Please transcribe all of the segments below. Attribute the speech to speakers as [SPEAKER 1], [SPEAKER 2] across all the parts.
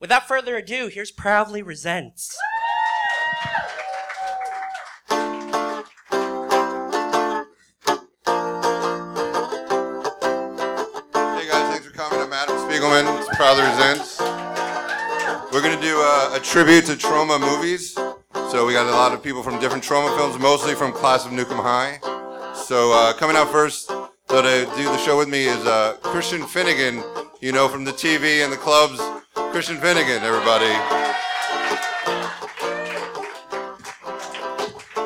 [SPEAKER 1] Without further ado, here's Proudly Resents.
[SPEAKER 2] Hey guys, thanks for coming. I'm Adam Spiegelman. It's Proudly Resents. We're gonna do a, a tribute to trauma movies. So we got a lot of people from different trauma films, mostly from Class of Nukem High. So uh, coming out first, so to do the show with me is uh, Christian Finnegan. You know from the TV and the clubs, Christian Finnegan. Everybody.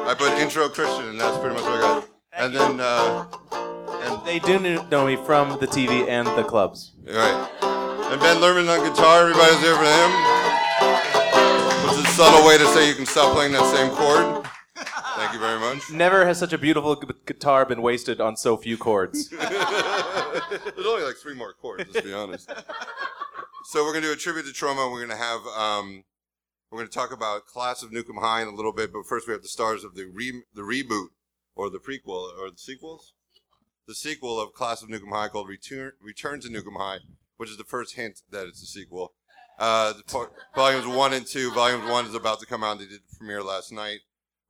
[SPEAKER 2] I put intro Christian, and that's pretty much what I got. And then. Uh, and
[SPEAKER 3] They do kn- know me from the TV and the clubs.
[SPEAKER 2] all right. And Ben Lerman on guitar. Everybody's there for him. Which is a subtle way to say you can stop playing that same chord. Thank you very much.
[SPEAKER 3] Never has such a beautiful gu- guitar been wasted on so few chords.
[SPEAKER 2] There's only like three more chords, let's be honest. So we're gonna do a tribute to trauma. We're gonna have um, we're gonna talk about Class of Nukem High in a little bit, but first we have the stars of the re- the reboot or the prequel or the sequels, the sequel of Class of Nukem High called Return Return to Nukem High, which is the first hint that it's a sequel. Uh, the par- volumes one and two. Volume one is about to come out. They did the premiere last night.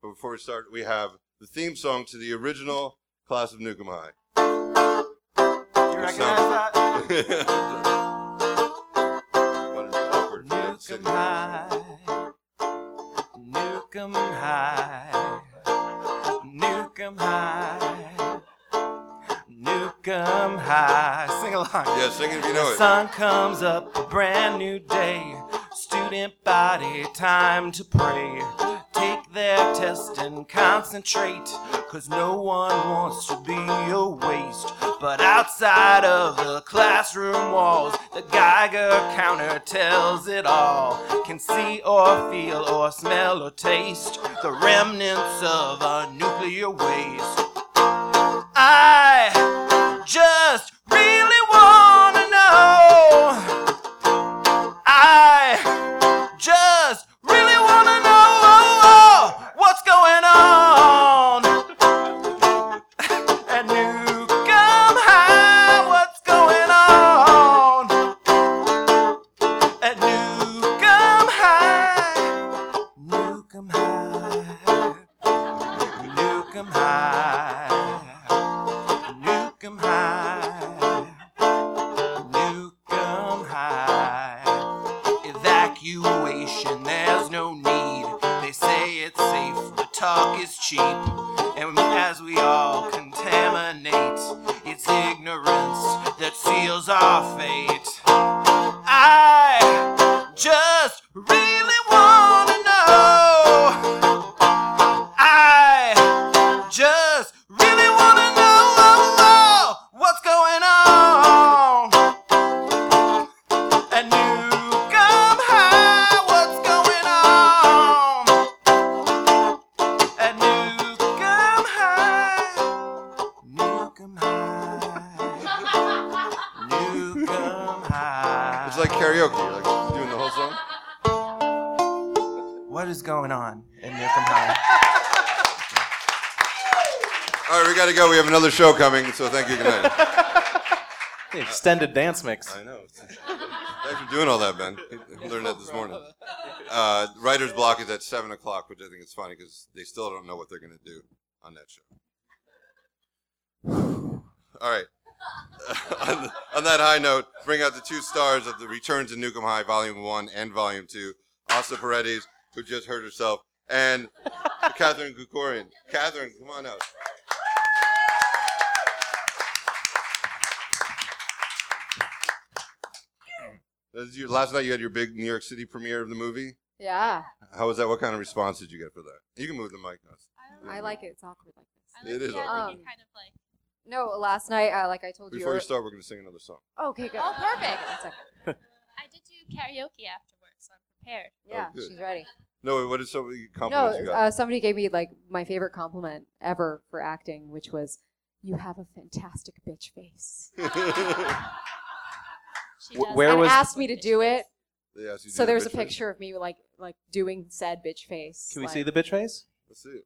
[SPEAKER 2] But before we start, we have the theme song to the original Class of Nukem High.
[SPEAKER 4] You
[SPEAKER 2] It's
[SPEAKER 4] recognize
[SPEAKER 2] not-
[SPEAKER 4] that?
[SPEAKER 2] what an awkward man
[SPEAKER 4] Nukem
[SPEAKER 2] sitting.
[SPEAKER 4] High. Nukem High. Nukem High. Nukem High. Sing along.
[SPEAKER 2] Yeah, sing it if you know
[SPEAKER 4] The
[SPEAKER 2] it.
[SPEAKER 4] sun comes up, a brand new day. Student body, time to pray. Take their test and concentrate, cause no one wants to be a waste. But outside of the classroom walls, the Geiger counter tells it all. Can see or feel or smell or taste the remnants of a nuclear waste. I just really wanna know. I just really wanna know what's going on at Newcomb High. What's going on at Newcomb High? Newcomb High. Newcomb High. Nukem High. Nukem High. Evacuation, there's no need. They say it's safe, the talk is cheap. And as we all contaminate, it's ignorance that seals our fate. I just really wanna know. I just really wanna know what's going on at Newcomb High. What's going on at Newcomb High? Newcomb High. Newcomb High.
[SPEAKER 2] It's like karaoke. You're like doing the whole song.
[SPEAKER 4] what is going on at Newcomb High?
[SPEAKER 2] All right, we gotta go. We have another show coming, so thank you. Good night.
[SPEAKER 3] The extended dance mix.
[SPEAKER 2] I know. Thanks for doing all that, Ben. I learned that this morning. Uh, writer's block is at seven o'clock, which I think is funny because they still don't know what they're gonna do on that show. All right. on, th- on that high note, bring out the two stars of the Return to Nukem High, Volume One and Volume Two, Asta Paredes, who just hurt herself, and Catherine Kukorian. Catherine, come on out. This is your- Last night you had your big New York City premiere of the movie.
[SPEAKER 5] Yeah,
[SPEAKER 2] How was that? What kind of response did you get for that? You can move the mic. Now. Mm-hmm.
[SPEAKER 5] I like it. It's awkward like this.
[SPEAKER 2] It is
[SPEAKER 6] yeah,
[SPEAKER 5] awkward.
[SPEAKER 6] I think
[SPEAKER 5] Um,
[SPEAKER 6] it kind of like.
[SPEAKER 5] No, last night, uh, like I told
[SPEAKER 2] Before
[SPEAKER 5] you.
[SPEAKER 2] you start, we're going to sing another song.
[SPEAKER 5] okay, good.
[SPEAKER 6] Oh, perfect.
[SPEAKER 5] One second.
[SPEAKER 6] I did do karaoke afterwards, so I'm prepared.
[SPEAKER 5] Yeah,
[SPEAKER 2] Oh, good.
[SPEAKER 5] she's ready.
[SPEAKER 2] No, wait, what is some of the
[SPEAKER 5] No,
[SPEAKER 2] compliments you got?
[SPEAKER 5] uh, somebody gave me like my favorite compliment ever for acting, which was, "You have a fantastic bitch face."
[SPEAKER 6] She
[SPEAKER 3] Wh-
[SPEAKER 6] does
[SPEAKER 3] where
[SPEAKER 6] have
[SPEAKER 5] and
[SPEAKER 3] was-
[SPEAKER 5] asked me to do it.
[SPEAKER 2] They asked you to
[SPEAKER 5] So
[SPEAKER 2] do the
[SPEAKER 5] there's a
[SPEAKER 2] bitch face?
[SPEAKER 5] picture of me like like doing said bitch face.
[SPEAKER 3] Can we
[SPEAKER 5] like-
[SPEAKER 3] see the bitch face?
[SPEAKER 2] Let's see. it.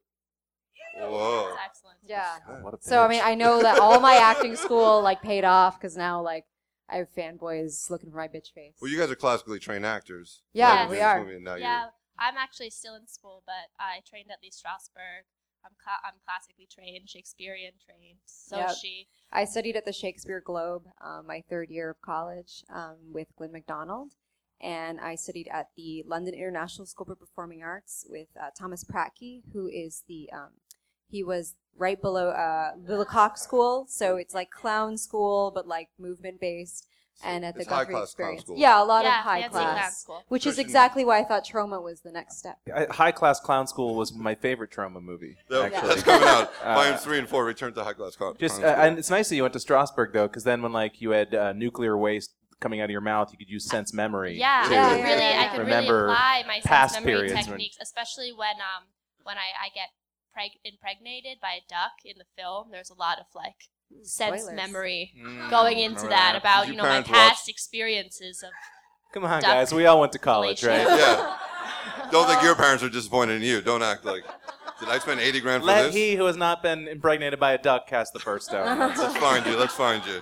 [SPEAKER 2] Whoa.
[SPEAKER 6] That's excellent.
[SPEAKER 5] Yeah.
[SPEAKER 3] Oh, what a
[SPEAKER 5] So I
[SPEAKER 3] bitch.
[SPEAKER 5] mean, I know that all my acting school like paid off because now like I have fanboys looking for my bitch face.
[SPEAKER 2] Well, you guys are classically trained actors.
[SPEAKER 5] Yeah,
[SPEAKER 2] Like,
[SPEAKER 5] we
[SPEAKER 2] this
[SPEAKER 5] are.
[SPEAKER 2] movie, and now you're-
[SPEAKER 6] Yeah, I'm actually still in school, but I trained at Lee Strasberg. I'm cla- I'm classically trained, Shakespearean trained. So
[SPEAKER 5] Yep.
[SPEAKER 6] she.
[SPEAKER 5] I studied at the Shakespeare Globe um, my third year of college um, with Glenn MacDonald, and I studied at the London International School for Performing Arts with uh, Thomas Pratke, who is the um, he was right below uh, the Lecoq School, so it's like clown school but like movement based, and at the
[SPEAKER 2] It's high
[SPEAKER 5] Guthrie
[SPEAKER 2] class
[SPEAKER 5] Experience,
[SPEAKER 2] school.
[SPEAKER 5] yeah, a lot
[SPEAKER 6] yeah,
[SPEAKER 5] of high
[SPEAKER 6] fancy
[SPEAKER 5] class,
[SPEAKER 6] clown school.
[SPEAKER 5] which is
[SPEAKER 2] Christian-
[SPEAKER 5] exactly why I thought trauma was the next step.
[SPEAKER 3] High Class Clown School was my favorite trauma movie.
[SPEAKER 2] That-
[SPEAKER 5] Yeah.
[SPEAKER 2] That's
[SPEAKER 3] Actually,
[SPEAKER 2] coming out.
[SPEAKER 3] Uh,
[SPEAKER 2] Volumes three and four. Return to high class con.
[SPEAKER 3] just
[SPEAKER 2] con-
[SPEAKER 3] uh, and it's nice that you went to Strasbourg though, because then when like you had uh, nuclear waste coming out of your mouth, you could use sense memory.
[SPEAKER 6] Yeah, I
[SPEAKER 2] Yeah,
[SPEAKER 6] could
[SPEAKER 2] yeah,
[SPEAKER 6] really,
[SPEAKER 5] yeah,
[SPEAKER 6] I could
[SPEAKER 3] Remember
[SPEAKER 6] really apply my
[SPEAKER 3] past
[SPEAKER 6] sense memory
[SPEAKER 3] periods when-
[SPEAKER 6] techniques, especially when um when I, I get preg- impregnated by a duck in the film. There's a lot of like sense
[SPEAKER 5] Spoilers.
[SPEAKER 6] memory
[SPEAKER 2] Mm,
[SPEAKER 6] going into
[SPEAKER 2] remember
[SPEAKER 6] that about
[SPEAKER 2] Did
[SPEAKER 6] you
[SPEAKER 2] your
[SPEAKER 6] know my
[SPEAKER 2] parents watch-
[SPEAKER 6] past experiences of
[SPEAKER 3] Come on,
[SPEAKER 6] Duck
[SPEAKER 3] guys, we all went to college,
[SPEAKER 6] relation-
[SPEAKER 3] right?
[SPEAKER 2] Yeah. Don't think your parents are disappointed in you. Don't act like. Did I spend eighty grand for
[SPEAKER 3] Let
[SPEAKER 2] this?
[SPEAKER 3] he who has not been impregnated by a duck cast the first stone.
[SPEAKER 2] Let's find you. Let's find you.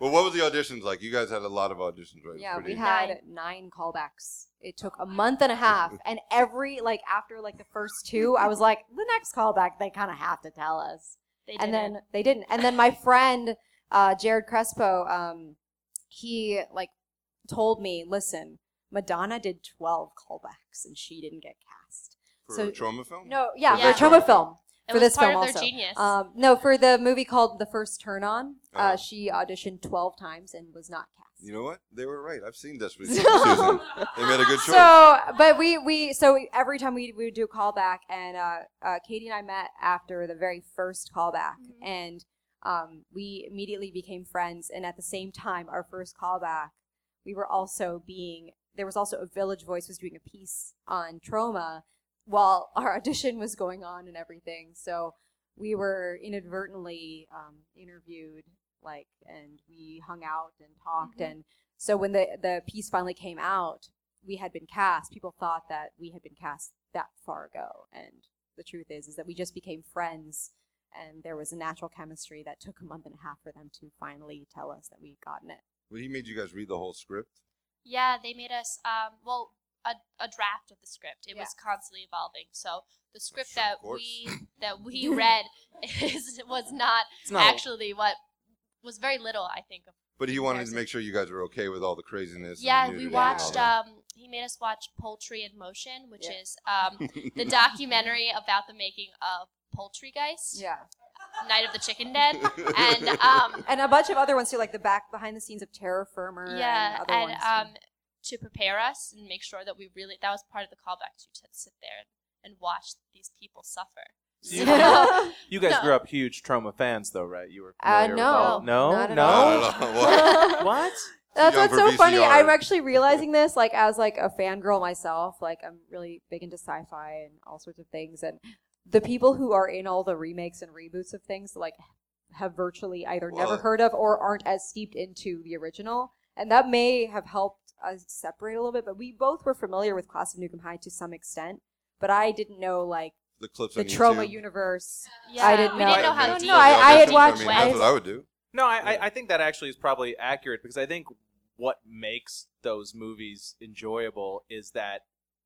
[SPEAKER 2] Well, what was the auditions like? You guys had a lot of auditions, right? It's
[SPEAKER 5] Yeah, we
[SPEAKER 2] pretty-
[SPEAKER 5] had nine callbacks. It took a month and a half, and every like after like the first two, I was like, the next callback they kind of have to tell us,
[SPEAKER 6] They didn't.
[SPEAKER 5] and then they didn't. And then my friend uh, Jared Crespo, um, he like told me, listen, Madonna did twelve callbacks, and she didn't get cast.
[SPEAKER 2] for
[SPEAKER 5] so-
[SPEAKER 2] a trauma film.
[SPEAKER 5] No, yeah, for
[SPEAKER 6] Yeah.
[SPEAKER 5] a trauma film.
[SPEAKER 6] It was
[SPEAKER 5] for this
[SPEAKER 6] part
[SPEAKER 5] film
[SPEAKER 6] of their
[SPEAKER 5] also.
[SPEAKER 6] genius.
[SPEAKER 5] Um, no, for the movie called The First Turn On, uh,
[SPEAKER 2] Uh-huh.
[SPEAKER 5] she auditioned twelve times and was not cast.
[SPEAKER 2] You know what? They were right. I've seen Desperate Susan. They made a good choice.
[SPEAKER 5] So, but we we so we, every time we we would do a callback, and uh, uh, Katie and I met after the very first callback,
[SPEAKER 6] Mhm.
[SPEAKER 5] and um, we immediately became friends. And at the same time, our first callback, we were also being there was also a Village Voice was doing a piece on trauma while our audition was going on and everything. So we were inadvertently um, interviewed, like, and we hung out and talked
[SPEAKER 6] Mhm.
[SPEAKER 5] and. So when the, the piece finally came out, we had been cast, people thought that we had been cast that far ago. And the truth is, is that we just became friends, and there was a natural chemistry that took a month and a half for them to finally tell us that we had gotten it.
[SPEAKER 2] Well, he made you guys read the whole script.
[SPEAKER 6] Yeah, they made us um well a, a draft of the script. It
[SPEAKER 5] Yeah.
[SPEAKER 6] was constantly evolving. So the script
[SPEAKER 2] Sure, of
[SPEAKER 6] that
[SPEAKER 2] course.
[SPEAKER 6] we that we read is was not
[SPEAKER 3] It's not
[SPEAKER 6] actually what was very little, I think, of
[SPEAKER 2] But he wanted to
[SPEAKER 6] Comparison.
[SPEAKER 2] make sure you guys were okay with all the craziness. and the
[SPEAKER 6] Yeah,
[SPEAKER 2] nudity
[SPEAKER 6] we
[SPEAKER 2] and all
[SPEAKER 6] watched.
[SPEAKER 2] that.
[SPEAKER 6] Um, he made us watch Poultry in Motion, which
[SPEAKER 5] Yeah.
[SPEAKER 6] is um, the documentary about the making of Poultrygeist,
[SPEAKER 5] Yeah.
[SPEAKER 6] Night of the Chicken Dead, and um,
[SPEAKER 5] And a bunch of other ones too, like the back behind the scenes of Terra Firma
[SPEAKER 6] yeah,
[SPEAKER 5] and other
[SPEAKER 6] and
[SPEAKER 5] ones. too.
[SPEAKER 6] um, to prepare us and make sure that we really that was part of the callback to to sit there and, and watch these people suffer.
[SPEAKER 3] So you,
[SPEAKER 5] No.
[SPEAKER 3] you guys
[SPEAKER 6] No.
[SPEAKER 3] grew up huge trauma fans, though, right? You were
[SPEAKER 5] Uh,
[SPEAKER 3] familiar with
[SPEAKER 5] no.
[SPEAKER 3] all-
[SPEAKER 5] Not
[SPEAKER 3] no,
[SPEAKER 5] at
[SPEAKER 3] no.
[SPEAKER 2] Not at all. What?
[SPEAKER 3] What?
[SPEAKER 5] That's
[SPEAKER 2] young
[SPEAKER 5] what's
[SPEAKER 2] for
[SPEAKER 5] so funny.
[SPEAKER 2] VCR.
[SPEAKER 5] I'm actually realizing this, like as like a fangirl myself. Like I'm really big into sci-fi and all sorts of things. And the people who are in all the remakes and reboots of things, like have virtually either never
[SPEAKER 2] Well-
[SPEAKER 5] heard of or aren't as steeped into the original. And that may have helped us separate a little bit. But we both were familiar with Class of Nukem High to some extent. But I didn't know like
[SPEAKER 2] the clips
[SPEAKER 5] the
[SPEAKER 2] on
[SPEAKER 5] trauma
[SPEAKER 2] YouTube.
[SPEAKER 5] universe.
[SPEAKER 6] Yeah,
[SPEAKER 5] I didn't
[SPEAKER 6] we
[SPEAKER 5] know.
[SPEAKER 6] didn't know
[SPEAKER 2] I
[SPEAKER 6] how
[SPEAKER 2] mean,
[SPEAKER 6] deep.
[SPEAKER 5] No, I-
[SPEAKER 2] that's
[SPEAKER 5] I had
[SPEAKER 2] what-
[SPEAKER 5] watched-
[SPEAKER 2] I mean,
[SPEAKER 6] went.
[SPEAKER 2] that's what I would do.
[SPEAKER 3] No, I,
[SPEAKER 2] Yeah.
[SPEAKER 3] I, I think that actually is probably accurate because I think what makes those movies enjoyable is that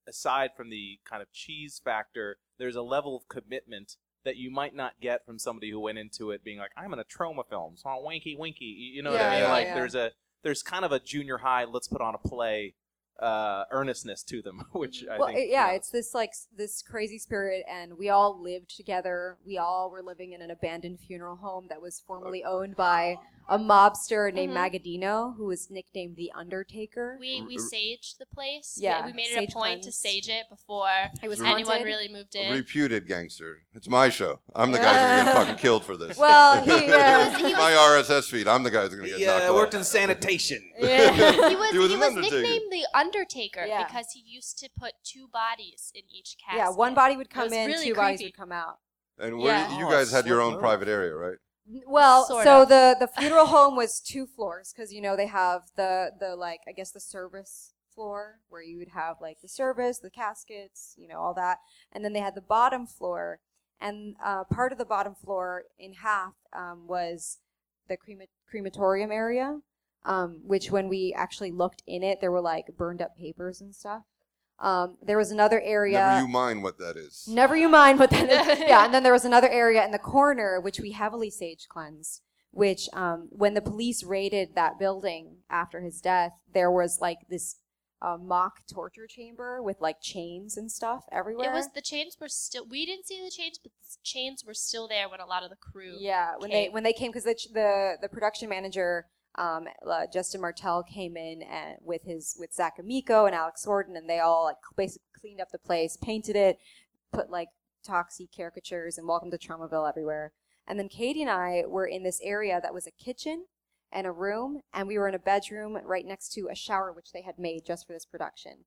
[SPEAKER 3] aside from the kind of cheese factor, there's a level of commitment that you might not get from somebody who went into it being like, I'm in a trauma film, so I'm winky winky. You you know what
[SPEAKER 5] Yeah,
[SPEAKER 3] I mean?
[SPEAKER 2] yeah,
[SPEAKER 3] like
[SPEAKER 5] yeah.
[SPEAKER 3] there's a there's kind of a junior high, let's put on a play uh, earnestness to them, which I
[SPEAKER 5] well,
[SPEAKER 3] think
[SPEAKER 5] it- yeah,
[SPEAKER 3] you know,
[SPEAKER 5] it's this like s- this crazy spirit, and we all lived together. We all were living in an abandoned funeral home that was formerly owned by a mobster named
[SPEAKER 6] Mhm.
[SPEAKER 5] Magadino, who was nicknamed the Undertaker.
[SPEAKER 6] We we saged the place. We-
[SPEAKER 5] Yeah,
[SPEAKER 6] we, made it
[SPEAKER 5] sage
[SPEAKER 6] a point to
[SPEAKER 5] cleanse.
[SPEAKER 6] sage it before
[SPEAKER 5] it was
[SPEAKER 6] anyone
[SPEAKER 5] haunted.
[SPEAKER 6] really moved
[SPEAKER 2] A
[SPEAKER 6] in.
[SPEAKER 2] reputed gangster. It's my show. I'm the guy who's gonna get fucking killed for this.
[SPEAKER 5] Well, he, yeah.
[SPEAKER 6] He was-
[SPEAKER 2] my RSS feed. I'm the guy who's gonna get
[SPEAKER 3] he,
[SPEAKER 2] knocked
[SPEAKER 3] uh, worked
[SPEAKER 2] off.
[SPEAKER 3] in sanitation.
[SPEAKER 5] yeah.
[SPEAKER 6] he was,
[SPEAKER 2] He
[SPEAKER 6] he
[SPEAKER 2] was
[SPEAKER 6] was,
[SPEAKER 2] an Undertaker.
[SPEAKER 6] nicknamed the Undertaker
[SPEAKER 5] Yeah.
[SPEAKER 6] because he used to put two bodies in each casket.
[SPEAKER 5] Yeah, one body would come
[SPEAKER 6] was
[SPEAKER 5] in,
[SPEAKER 6] really
[SPEAKER 5] two bodies
[SPEAKER 6] creepy.
[SPEAKER 5] would come out.
[SPEAKER 2] and where
[SPEAKER 6] Yeah.
[SPEAKER 2] you
[SPEAKER 3] Oh,
[SPEAKER 2] guys had your
[SPEAKER 3] slip
[SPEAKER 2] own
[SPEAKER 3] move.
[SPEAKER 2] private area, right?
[SPEAKER 5] N- Well,
[SPEAKER 6] Sort
[SPEAKER 5] so
[SPEAKER 6] of.
[SPEAKER 5] the the funeral home was two floors because you know they have the the like I guess the service floor where you would have like the service, the caskets, you know all that, and then they had the bottom floor, and uh, part of the bottom floor in half um, was the crema- crematorium area. um, which when we actually looked in it, there were like burned up papers and stuff. Um, there was another area.
[SPEAKER 2] Never you mind what that is.
[SPEAKER 5] Never you mind what that is. yeah, and then there was another area in the corner which we heavily sage cleansed. Which, um, when the police raided that building after his death, there was like this uh, mock torture chamber with like chains and stuff everywhere.
[SPEAKER 6] It was the chains were still. We didn't see the chains, but the chains were still there when a lot of the crew.
[SPEAKER 5] yeah when they
[SPEAKER 6] came.
[SPEAKER 5] when they came because the, ch- the the production manager um, uh, Justin Martell came in and with his with Zach Amico and Alex Gordon and they all like basically cleaned up the place, painted it, put like Toxie caricatures and Welcome to Traumaville everywhere. And then Katie and I were in this area that was a kitchen and a room, and we were in a bedroom right next to a shower which they had made just for this production.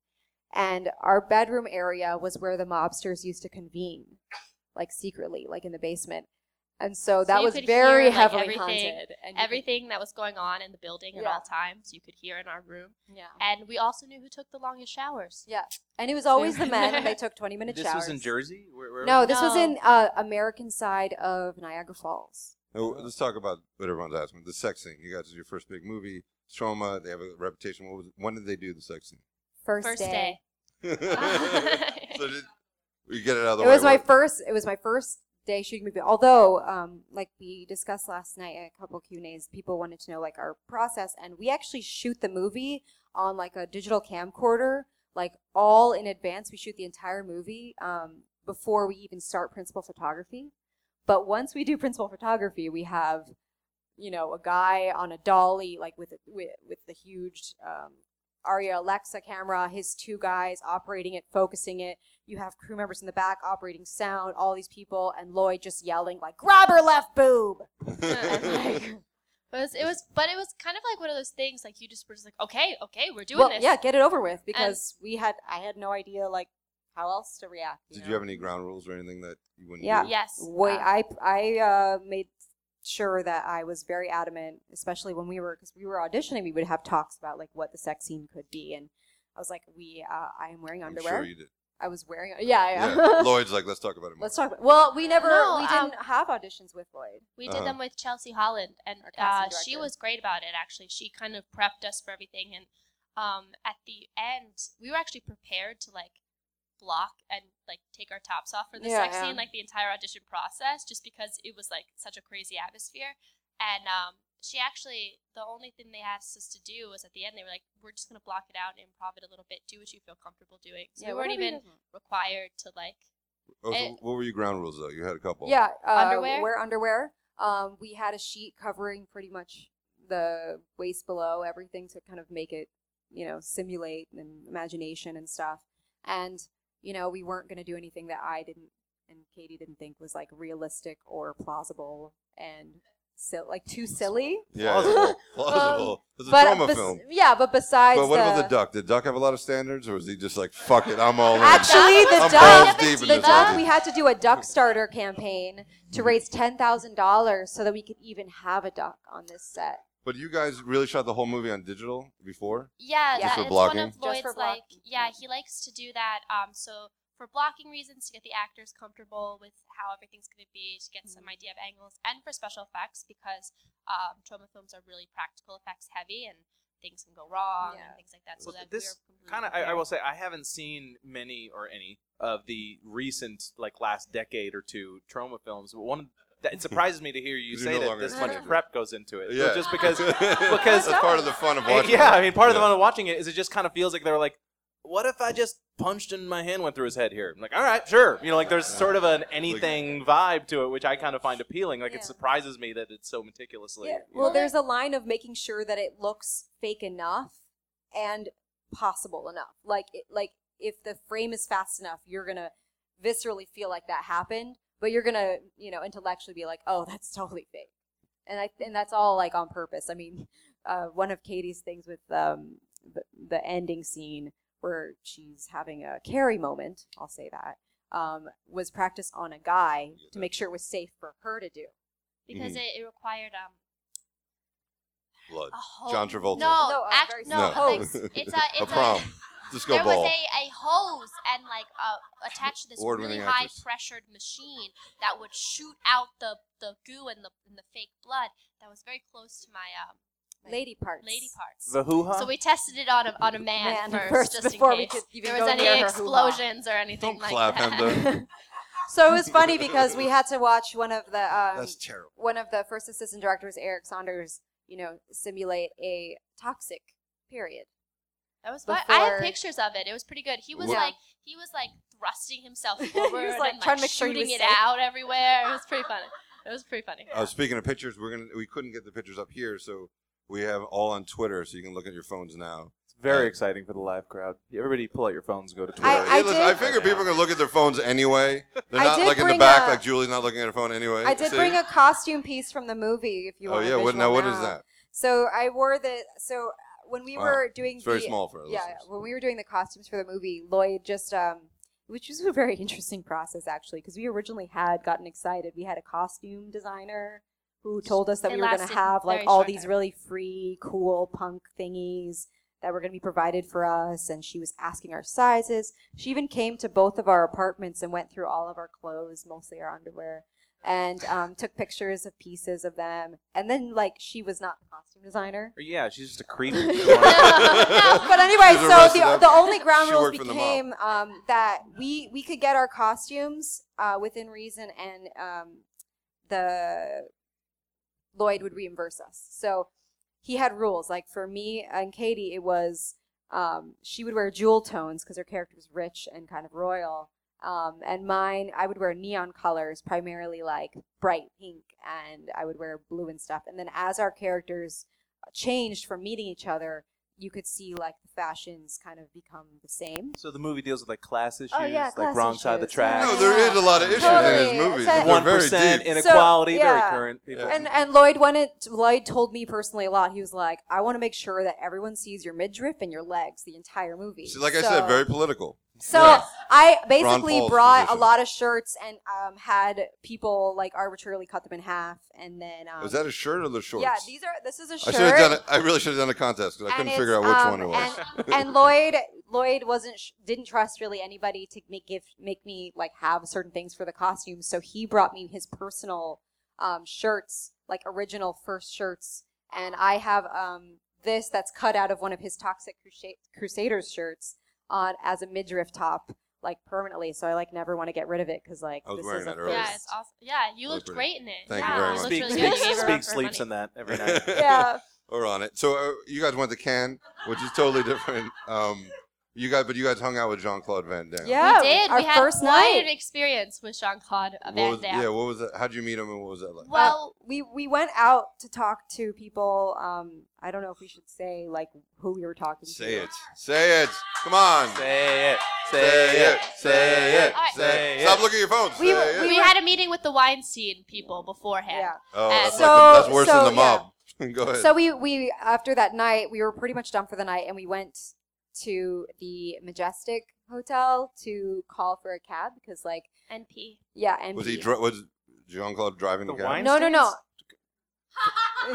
[SPEAKER 5] And our bedroom area was where the mobsters used to convene, like secretly, like in the basement. And so,
[SPEAKER 6] So
[SPEAKER 5] that
[SPEAKER 6] you
[SPEAKER 5] was
[SPEAKER 6] could hear,
[SPEAKER 5] very
[SPEAKER 6] like,
[SPEAKER 5] heavily
[SPEAKER 6] everything-
[SPEAKER 5] haunted. And you could-
[SPEAKER 6] Everything that was going on in the building at
[SPEAKER 5] Yeah.
[SPEAKER 6] all times, you could hear in our room,
[SPEAKER 5] yeah.
[SPEAKER 6] and we also knew who took the longest showers.
[SPEAKER 5] Yeah. And it was always the men, and they took 20 minute
[SPEAKER 3] This
[SPEAKER 5] showers.
[SPEAKER 3] was in Jersey. Where, where
[SPEAKER 5] No, this was
[SPEAKER 6] No.
[SPEAKER 5] in uh, American side of Niagara Falls.
[SPEAKER 2] Now, let's talk about what everyone's asking. The sex scene. You guys, is your first big movie. Trauma. They have a reputation. What was it? When did they do the sex scene?
[SPEAKER 5] First,
[SPEAKER 6] First
[SPEAKER 5] day.
[SPEAKER 6] day.
[SPEAKER 2] so did we get it out of the
[SPEAKER 5] It
[SPEAKER 2] way?
[SPEAKER 5] was my
[SPEAKER 2] What-
[SPEAKER 5] first. It was my first day shooting movie. Although, um, like we discussed last night at a couple Q and A's, people wanted to know like our process, and we actually shoot the movie on like a digital camcorder, like all in advance. We shoot the entire movie um, before we even start principal photography. But once we do principal photography, we have, you know, a guy on a dolly, like with with, with the huge um, Aria Alexa camera, his two guys operating it, focusing it. You have crew members in the back operating sound, all these people, and Lloyd just yelling like, "Grab her left boob!" And, like,
[SPEAKER 6] But it was, it was, but it was kind of like one of those things. Like you just were just like, okay, okay, we're doing
[SPEAKER 5] well,
[SPEAKER 6] this.
[SPEAKER 5] yeah, get it over with because we had I had no idea like how else to react.
[SPEAKER 2] did
[SPEAKER 5] know?
[SPEAKER 2] you have any ground rules or anything that you wouldn't
[SPEAKER 5] Yeah.
[SPEAKER 2] do?
[SPEAKER 6] Yes.
[SPEAKER 5] Wait,
[SPEAKER 6] Uh,
[SPEAKER 5] I I uh, made sure that I was very adamant, especially when we were because we were auditioning. We would have talks about like what the sex scene could be, and I was like, "We, uh, I am wearing
[SPEAKER 2] I'm
[SPEAKER 5] underwear.
[SPEAKER 2] sure you did.
[SPEAKER 5] I was wearing, yeah, yeah."
[SPEAKER 2] Yeah. Lloyd's like, let's talk about it. More.
[SPEAKER 5] Let's talk about. Well, we never,
[SPEAKER 6] No,
[SPEAKER 5] we
[SPEAKER 6] um,
[SPEAKER 5] didn't have auditions with Lloyd.
[SPEAKER 6] We
[SPEAKER 2] Uh-huh.
[SPEAKER 6] did them with Chelsea Holland, and
[SPEAKER 5] Our
[SPEAKER 6] uh,
[SPEAKER 5] casting
[SPEAKER 6] she
[SPEAKER 5] director.
[SPEAKER 6] was great about it. Actually, she kind of prepped us for everything, and um, at the end, we were actually prepared to like block and like take our tops off for the
[SPEAKER 5] Yeah,
[SPEAKER 6] sex
[SPEAKER 5] yeah.
[SPEAKER 6] scene, like the entire audition process, just because it was like such a crazy atmosphere. And um, she actually, the only thing they asked us to do was at the end, they were like, "We're just gonna block it out, and improv it a little bit, do what you feel comfortable doing." So we weren't
[SPEAKER 5] whatever
[SPEAKER 6] even
[SPEAKER 5] you guys
[SPEAKER 6] required to like.
[SPEAKER 2] Oh, so
[SPEAKER 6] eh.
[SPEAKER 2] what were your ground rules though? You had a couple.
[SPEAKER 5] want. Yeah, uh,
[SPEAKER 6] Underwear?
[SPEAKER 5] Wear underwear. Um, we had a sheet covering pretty much the waist below everything to kind of make it, you know, simulate and imagination and stuff. And you know, we weren't going to do anything that I didn't and Katie didn't think was like realistic or plausible and so like too silly.
[SPEAKER 2] Yeah. Plausible.
[SPEAKER 5] Um,
[SPEAKER 2] Plausible. it's a trauma
[SPEAKER 5] bes-
[SPEAKER 2] film.
[SPEAKER 5] yeah, but besides
[SPEAKER 2] But what
[SPEAKER 5] the,
[SPEAKER 2] about the duck? Did duck have a lot of standards, or was he just like, fuck it, I'm all in?
[SPEAKER 5] Actually, the
[SPEAKER 2] I'm
[SPEAKER 5] duck,
[SPEAKER 2] balls deep in
[SPEAKER 5] the
[SPEAKER 2] this
[SPEAKER 5] duck,
[SPEAKER 2] idea.
[SPEAKER 5] we had to do a duck starter campaign
[SPEAKER 2] Mm-hmm.
[SPEAKER 5] to raise ten thousand dollars so that we could even have a duck on this set.
[SPEAKER 2] But you guys really shot the whole movie on digital before?
[SPEAKER 6] Yeah,
[SPEAKER 5] Just
[SPEAKER 6] that-
[SPEAKER 5] for
[SPEAKER 6] it's
[SPEAKER 2] blocking?
[SPEAKER 6] one of
[SPEAKER 5] Just
[SPEAKER 6] Lloyd's
[SPEAKER 5] for
[SPEAKER 6] like
[SPEAKER 5] blocking.
[SPEAKER 6] yeah, he likes to do that. Um, so for blocking reasons to get the actors comfortable with how everything's going to be, to get some
[SPEAKER 5] Mm-hmm.
[SPEAKER 6] idea of angles, and for special effects because um, trauma films are really practical effects heavy and things can go wrong
[SPEAKER 5] Yeah.
[SPEAKER 6] and things like that. So
[SPEAKER 3] Well,
[SPEAKER 6] that
[SPEAKER 3] this
[SPEAKER 6] we're
[SPEAKER 3] kind of I, I will say I haven't seen many or any of the recent like last decade or two trauma films, but one that it surprises me to hear you
[SPEAKER 2] You're no
[SPEAKER 3] say that
[SPEAKER 2] longer
[SPEAKER 3] this
[SPEAKER 5] interested.
[SPEAKER 3] much prep goes into it. So Just because
[SPEAKER 2] because that's part of the fun of watching.
[SPEAKER 3] yeah, I mean part of the
[SPEAKER 2] Yeah.
[SPEAKER 3] fun of watching it is it just kind of feels like they're like what if I just punched and my hand went through his head here? I'm like, all right, sure. You know, like there's sort of an anything vibe to it, which I kind of find appealing. Like
[SPEAKER 5] Yeah.
[SPEAKER 3] it surprises me that it's so meticulously.
[SPEAKER 5] Yeah.
[SPEAKER 3] you
[SPEAKER 5] Well,
[SPEAKER 3] know.
[SPEAKER 5] there's a line of making sure that it looks fake enough and possible enough. Like, it, like if the frame is fast enough, you're gonna viscerally feel like that happened, but you're gonna, you know, intellectually be like, "Oh, that's totally fake," and I and that's all like on purpose. I mean, uh, one of Katie's things with um, the, the ending scene where she's having a carry moment, I'll say that. Um, was practice on a guy to make sure it was safe for her to do.
[SPEAKER 6] because it, it required um
[SPEAKER 2] Blood.
[SPEAKER 6] a whole
[SPEAKER 2] John Travolta.
[SPEAKER 6] No,
[SPEAKER 5] No, uh,
[SPEAKER 6] act-
[SPEAKER 5] very
[SPEAKER 6] no,
[SPEAKER 5] small.
[SPEAKER 6] like, it's a it's a,
[SPEAKER 2] prom. Just go
[SPEAKER 6] there
[SPEAKER 2] ball.
[SPEAKER 6] was a, a hose and like uh, attached to this
[SPEAKER 2] Award-winning
[SPEAKER 6] really high
[SPEAKER 2] actress.
[SPEAKER 6] pressured machine that would shoot out the, the goo and the and the fake blood that was very close to my um Right.
[SPEAKER 5] Lady parts.
[SPEAKER 6] Lady parts.
[SPEAKER 3] The hoo ha.
[SPEAKER 6] So we tested it on a, on a man,
[SPEAKER 5] Man
[SPEAKER 6] first,
[SPEAKER 5] first,
[SPEAKER 6] just
[SPEAKER 5] before
[SPEAKER 6] in
[SPEAKER 5] we
[SPEAKER 6] case
[SPEAKER 5] could even
[SPEAKER 6] there was
[SPEAKER 5] go near her
[SPEAKER 6] any
[SPEAKER 5] hoo-ha.
[SPEAKER 6] explosions or anything
[SPEAKER 2] Don't
[SPEAKER 6] like
[SPEAKER 2] clap,
[SPEAKER 6] that.
[SPEAKER 2] Hamza.
[SPEAKER 5] so it was funny because we had to watch one of the um,
[SPEAKER 2] That's terrible.
[SPEAKER 5] one of the first assistant directors, Eric Saunders, you know, simulate a toxic period.
[SPEAKER 6] That was fun. I have
[SPEAKER 5] Before-
[SPEAKER 6] pictures of it. It was pretty good. He was
[SPEAKER 5] Yeah.
[SPEAKER 6] like he was like thrusting himself
[SPEAKER 5] He
[SPEAKER 6] forward
[SPEAKER 5] was,
[SPEAKER 6] and
[SPEAKER 5] like,
[SPEAKER 6] like
[SPEAKER 5] trying to make sure he
[SPEAKER 6] shooting it
[SPEAKER 5] was safe.
[SPEAKER 6] out everywhere. It was pretty funny. It was pretty funny.
[SPEAKER 2] Uh, speaking of pictures, we're gonna we couldn't get the pictures up here, so we have all on Twitter, so you can look at your phones now.
[SPEAKER 3] It's very exciting for the live crowd. Everybody pull out your phones and go to Twitter.
[SPEAKER 5] I-
[SPEAKER 2] Uh, Yeah,
[SPEAKER 5] I
[SPEAKER 2] listen,
[SPEAKER 5] did-
[SPEAKER 2] I figure people are gonna look at their phones anyway. They're
[SPEAKER 5] I
[SPEAKER 2] not
[SPEAKER 5] did
[SPEAKER 2] like in the
[SPEAKER 5] bring
[SPEAKER 2] back,
[SPEAKER 5] a-
[SPEAKER 2] like Julie's not looking at her phone anyway.
[SPEAKER 5] I did
[SPEAKER 2] See?
[SPEAKER 5] bring a costume piece from the movie, if you
[SPEAKER 2] Oh
[SPEAKER 5] want. a
[SPEAKER 2] yeah, what,
[SPEAKER 5] visual
[SPEAKER 2] now what is that?
[SPEAKER 5] So I wore the so uh, when we
[SPEAKER 2] Wow.
[SPEAKER 5] were doing
[SPEAKER 2] It's very
[SPEAKER 5] the,
[SPEAKER 2] small for us.
[SPEAKER 5] Yeah, when we were doing the costumes for the movie, Lloyd just um, which was a very interesting process actually, because we originally had gotten excited. We had a costume designer who told us that
[SPEAKER 6] It
[SPEAKER 5] we were going to
[SPEAKER 6] lasted
[SPEAKER 5] have like
[SPEAKER 6] very
[SPEAKER 5] all
[SPEAKER 6] short
[SPEAKER 5] these
[SPEAKER 6] time.
[SPEAKER 5] really free, cool punk thingies that were going to be provided for us, and she was asking our sizes. She even came to both of our apartments and went through all of our clothes, mostly our underwear. And um, took pictures of pieces of them, and then like she was not the costume designer,
[SPEAKER 3] Or, yeah, she's just a creep.
[SPEAKER 5] but anyway,
[SPEAKER 2] She was
[SPEAKER 5] so
[SPEAKER 2] arrested
[SPEAKER 5] the,
[SPEAKER 2] up-
[SPEAKER 5] the only ground
[SPEAKER 2] she
[SPEAKER 5] rules
[SPEAKER 2] worked for the mob.
[SPEAKER 5] became um, that we we could get our costumes uh, within reason, and um, the Lloyd would reimburse us. So he had rules. Like for me and Katie, it was um, she would wear jewel tones because her character was rich and kind of royal. Um, and mine, I would wear neon colors, primarily like bright pink, and I would wear blue and stuff. And then as our characters changed from meeting each other, you could see like the fashions kind of become the same.
[SPEAKER 3] so the movie deals with like class issues,
[SPEAKER 5] Oh, yeah,
[SPEAKER 3] like
[SPEAKER 5] class
[SPEAKER 3] wrong side of the
[SPEAKER 5] issues.
[SPEAKER 3] track.
[SPEAKER 2] No, there is a lot of issues in his
[SPEAKER 5] Totally.
[SPEAKER 2] movies.
[SPEAKER 5] It's a-
[SPEAKER 2] They're
[SPEAKER 3] One
[SPEAKER 2] very
[SPEAKER 3] percent
[SPEAKER 2] deep.
[SPEAKER 3] inequality,
[SPEAKER 5] So, yeah.
[SPEAKER 3] very current. People.
[SPEAKER 5] And and Lloyd went it Lloyd told me personally a lot. He was like, I want to make sure that everyone sees your midriff and your legs the entire movie.
[SPEAKER 2] So, like I
[SPEAKER 5] So-
[SPEAKER 2] said, very political.
[SPEAKER 5] So
[SPEAKER 2] Yeah.
[SPEAKER 5] I
[SPEAKER 2] Ron
[SPEAKER 5] basically
[SPEAKER 2] Paul's
[SPEAKER 5] brought
[SPEAKER 2] position.
[SPEAKER 5] a lot of shirts and um, had people like arbitrarily cut them in half and then um,
[SPEAKER 2] Is that a shirt or the shorts?
[SPEAKER 5] yeah these are this is a
[SPEAKER 2] I
[SPEAKER 5] shirt
[SPEAKER 2] should have done. A, I really should have done a contest because I
[SPEAKER 5] And
[SPEAKER 2] couldn't
[SPEAKER 5] it's,
[SPEAKER 2] figure out which
[SPEAKER 5] um,
[SPEAKER 2] one it was.
[SPEAKER 5] And, and Lloyd Lloyd wasn't sh- didn't trust really anybody to make give make me like have certain things for the costumes. So he brought me his personal um, shirts, like original first shirts, and I have um, this that's cut out of one of his Toxic Crusade- Crusaders shirts on as a midriff top, like permanently. So I like never want to get rid of it because like
[SPEAKER 2] I was
[SPEAKER 5] this
[SPEAKER 2] wearing
[SPEAKER 5] is a
[SPEAKER 2] that
[SPEAKER 5] first.
[SPEAKER 2] earlier.
[SPEAKER 6] Yeah, it's awesome. Yeah, you
[SPEAKER 2] Really
[SPEAKER 6] looked
[SPEAKER 2] pretty.
[SPEAKER 6] great in it.
[SPEAKER 2] Thank you
[SPEAKER 6] yeah,
[SPEAKER 2] very
[SPEAKER 6] it
[SPEAKER 2] much.
[SPEAKER 6] looked
[SPEAKER 3] Speak,
[SPEAKER 6] really
[SPEAKER 3] speak,
[SPEAKER 6] good. You gave her
[SPEAKER 3] speak
[SPEAKER 6] her
[SPEAKER 3] sleeps
[SPEAKER 6] money.
[SPEAKER 3] in that every night.
[SPEAKER 5] Yeah.
[SPEAKER 2] We're on it. So uh, you guys went to Cannes, which is totally different. Um, you guys, but you guys hung out with Jean Claude Van Damme.
[SPEAKER 5] Yeah,
[SPEAKER 6] we did.
[SPEAKER 5] our
[SPEAKER 6] we had
[SPEAKER 5] first
[SPEAKER 6] quite an
[SPEAKER 5] night.
[SPEAKER 6] experience with Jean Claude
[SPEAKER 2] What
[SPEAKER 6] Van
[SPEAKER 2] was,
[SPEAKER 6] Damme.
[SPEAKER 2] yeah. What was that? How'd you meet him, and what was that like?
[SPEAKER 6] Well,
[SPEAKER 5] we we went out to talk to people. Um, I don't know if we should say like who we were talking to.
[SPEAKER 2] Say it. Say it. Come on.
[SPEAKER 3] Say it. Say,
[SPEAKER 2] Say it.
[SPEAKER 3] it.
[SPEAKER 2] Say it.
[SPEAKER 6] Alright.
[SPEAKER 2] Say
[SPEAKER 3] Say
[SPEAKER 2] it. Stop
[SPEAKER 3] it.
[SPEAKER 2] looking at your phones.
[SPEAKER 5] We-
[SPEAKER 2] Say
[SPEAKER 6] we
[SPEAKER 2] it.
[SPEAKER 6] had a meeting with the Weinstein people beforehand.
[SPEAKER 5] Yeah.
[SPEAKER 2] Oh,
[SPEAKER 6] and-
[SPEAKER 2] that's,
[SPEAKER 5] So-
[SPEAKER 2] like the, that's worse
[SPEAKER 5] so,
[SPEAKER 2] than the mob. Go ahead.
[SPEAKER 5] So we we after that night we were pretty much done for the night and we went to the Majestic Hotel to call for a cab because like
[SPEAKER 6] NP.
[SPEAKER 5] yeah and
[SPEAKER 2] was he? Dr- was Jean Claude driving the,
[SPEAKER 3] The
[SPEAKER 2] cab?
[SPEAKER 3] wine?
[SPEAKER 5] no no no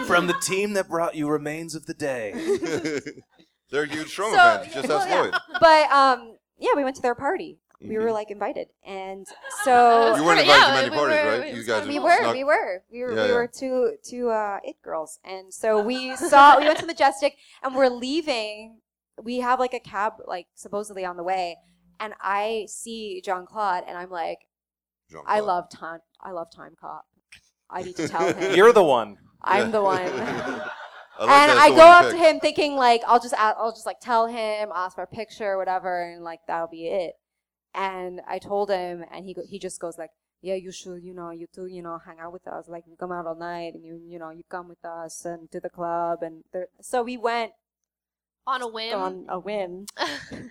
[SPEAKER 3] From the team that brought you remains of the day.
[SPEAKER 2] They're huge Stroma
[SPEAKER 5] So-
[SPEAKER 2] fans. Just
[SPEAKER 5] well,
[SPEAKER 2] ask
[SPEAKER 5] yeah.
[SPEAKER 2] Lloyd.
[SPEAKER 5] but um yeah we went to their party we were
[SPEAKER 2] Mhm.
[SPEAKER 5] like invited and so
[SPEAKER 2] You weren't
[SPEAKER 6] Yeah,
[SPEAKER 2] invited to many
[SPEAKER 6] we
[SPEAKER 2] parties,
[SPEAKER 6] were-
[SPEAKER 2] right?
[SPEAKER 6] it
[SPEAKER 2] You
[SPEAKER 6] was
[SPEAKER 2] guys
[SPEAKER 6] kinda
[SPEAKER 5] we
[SPEAKER 6] cool.
[SPEAKER 5] were,
[SPEAKER 2] snuck-
[SPEAKER 5] we were, we were,
[SPEAKER 2] Yeah,
[SPEAKER 5] we
[SPEAKER 2] yeah.
[SPEAKER 5] were two two uh, it girls, and so we saw we went to Majestic, and we're leaving. We have like a cab, like supposedly on the way, and I see John Claude, and I'm like,
[SPEAKER 2] Jean
[SPEAKER 5] I
[SPEAKER 2] Claude.
[SPEAKER 5] love time, I love Time Cop. I need to tell him
[SPEAKER 3] You're the one.
[SPEAKER 5] I'm the one.
[SPEAKER 2] I like that
[SPEAKER 5] and
[SPEAKER 2] it's
[SPEAKER 5] I
[SPEAKER 2] the
[SPEAKER 5] go
[SPEAKER 2] one
[SPEAKER 5] up
[SPEAKER 2] you
[SPEAKER 5] to
[SPEAKER 2] picked.
[SPEAKER 5] him thinking like I'll just a- I'll just like tell him ask for a picture or whatever, and like that'll be it. And I told him, and he go- he just goes like, yeah, you should, you know, you two, you know, hang out with us. Like you come out all night, and you you know you come with us and to the club, and there- so we went
[SPEAKER 6] On a whim.
[SPEAKER 5] on a whim.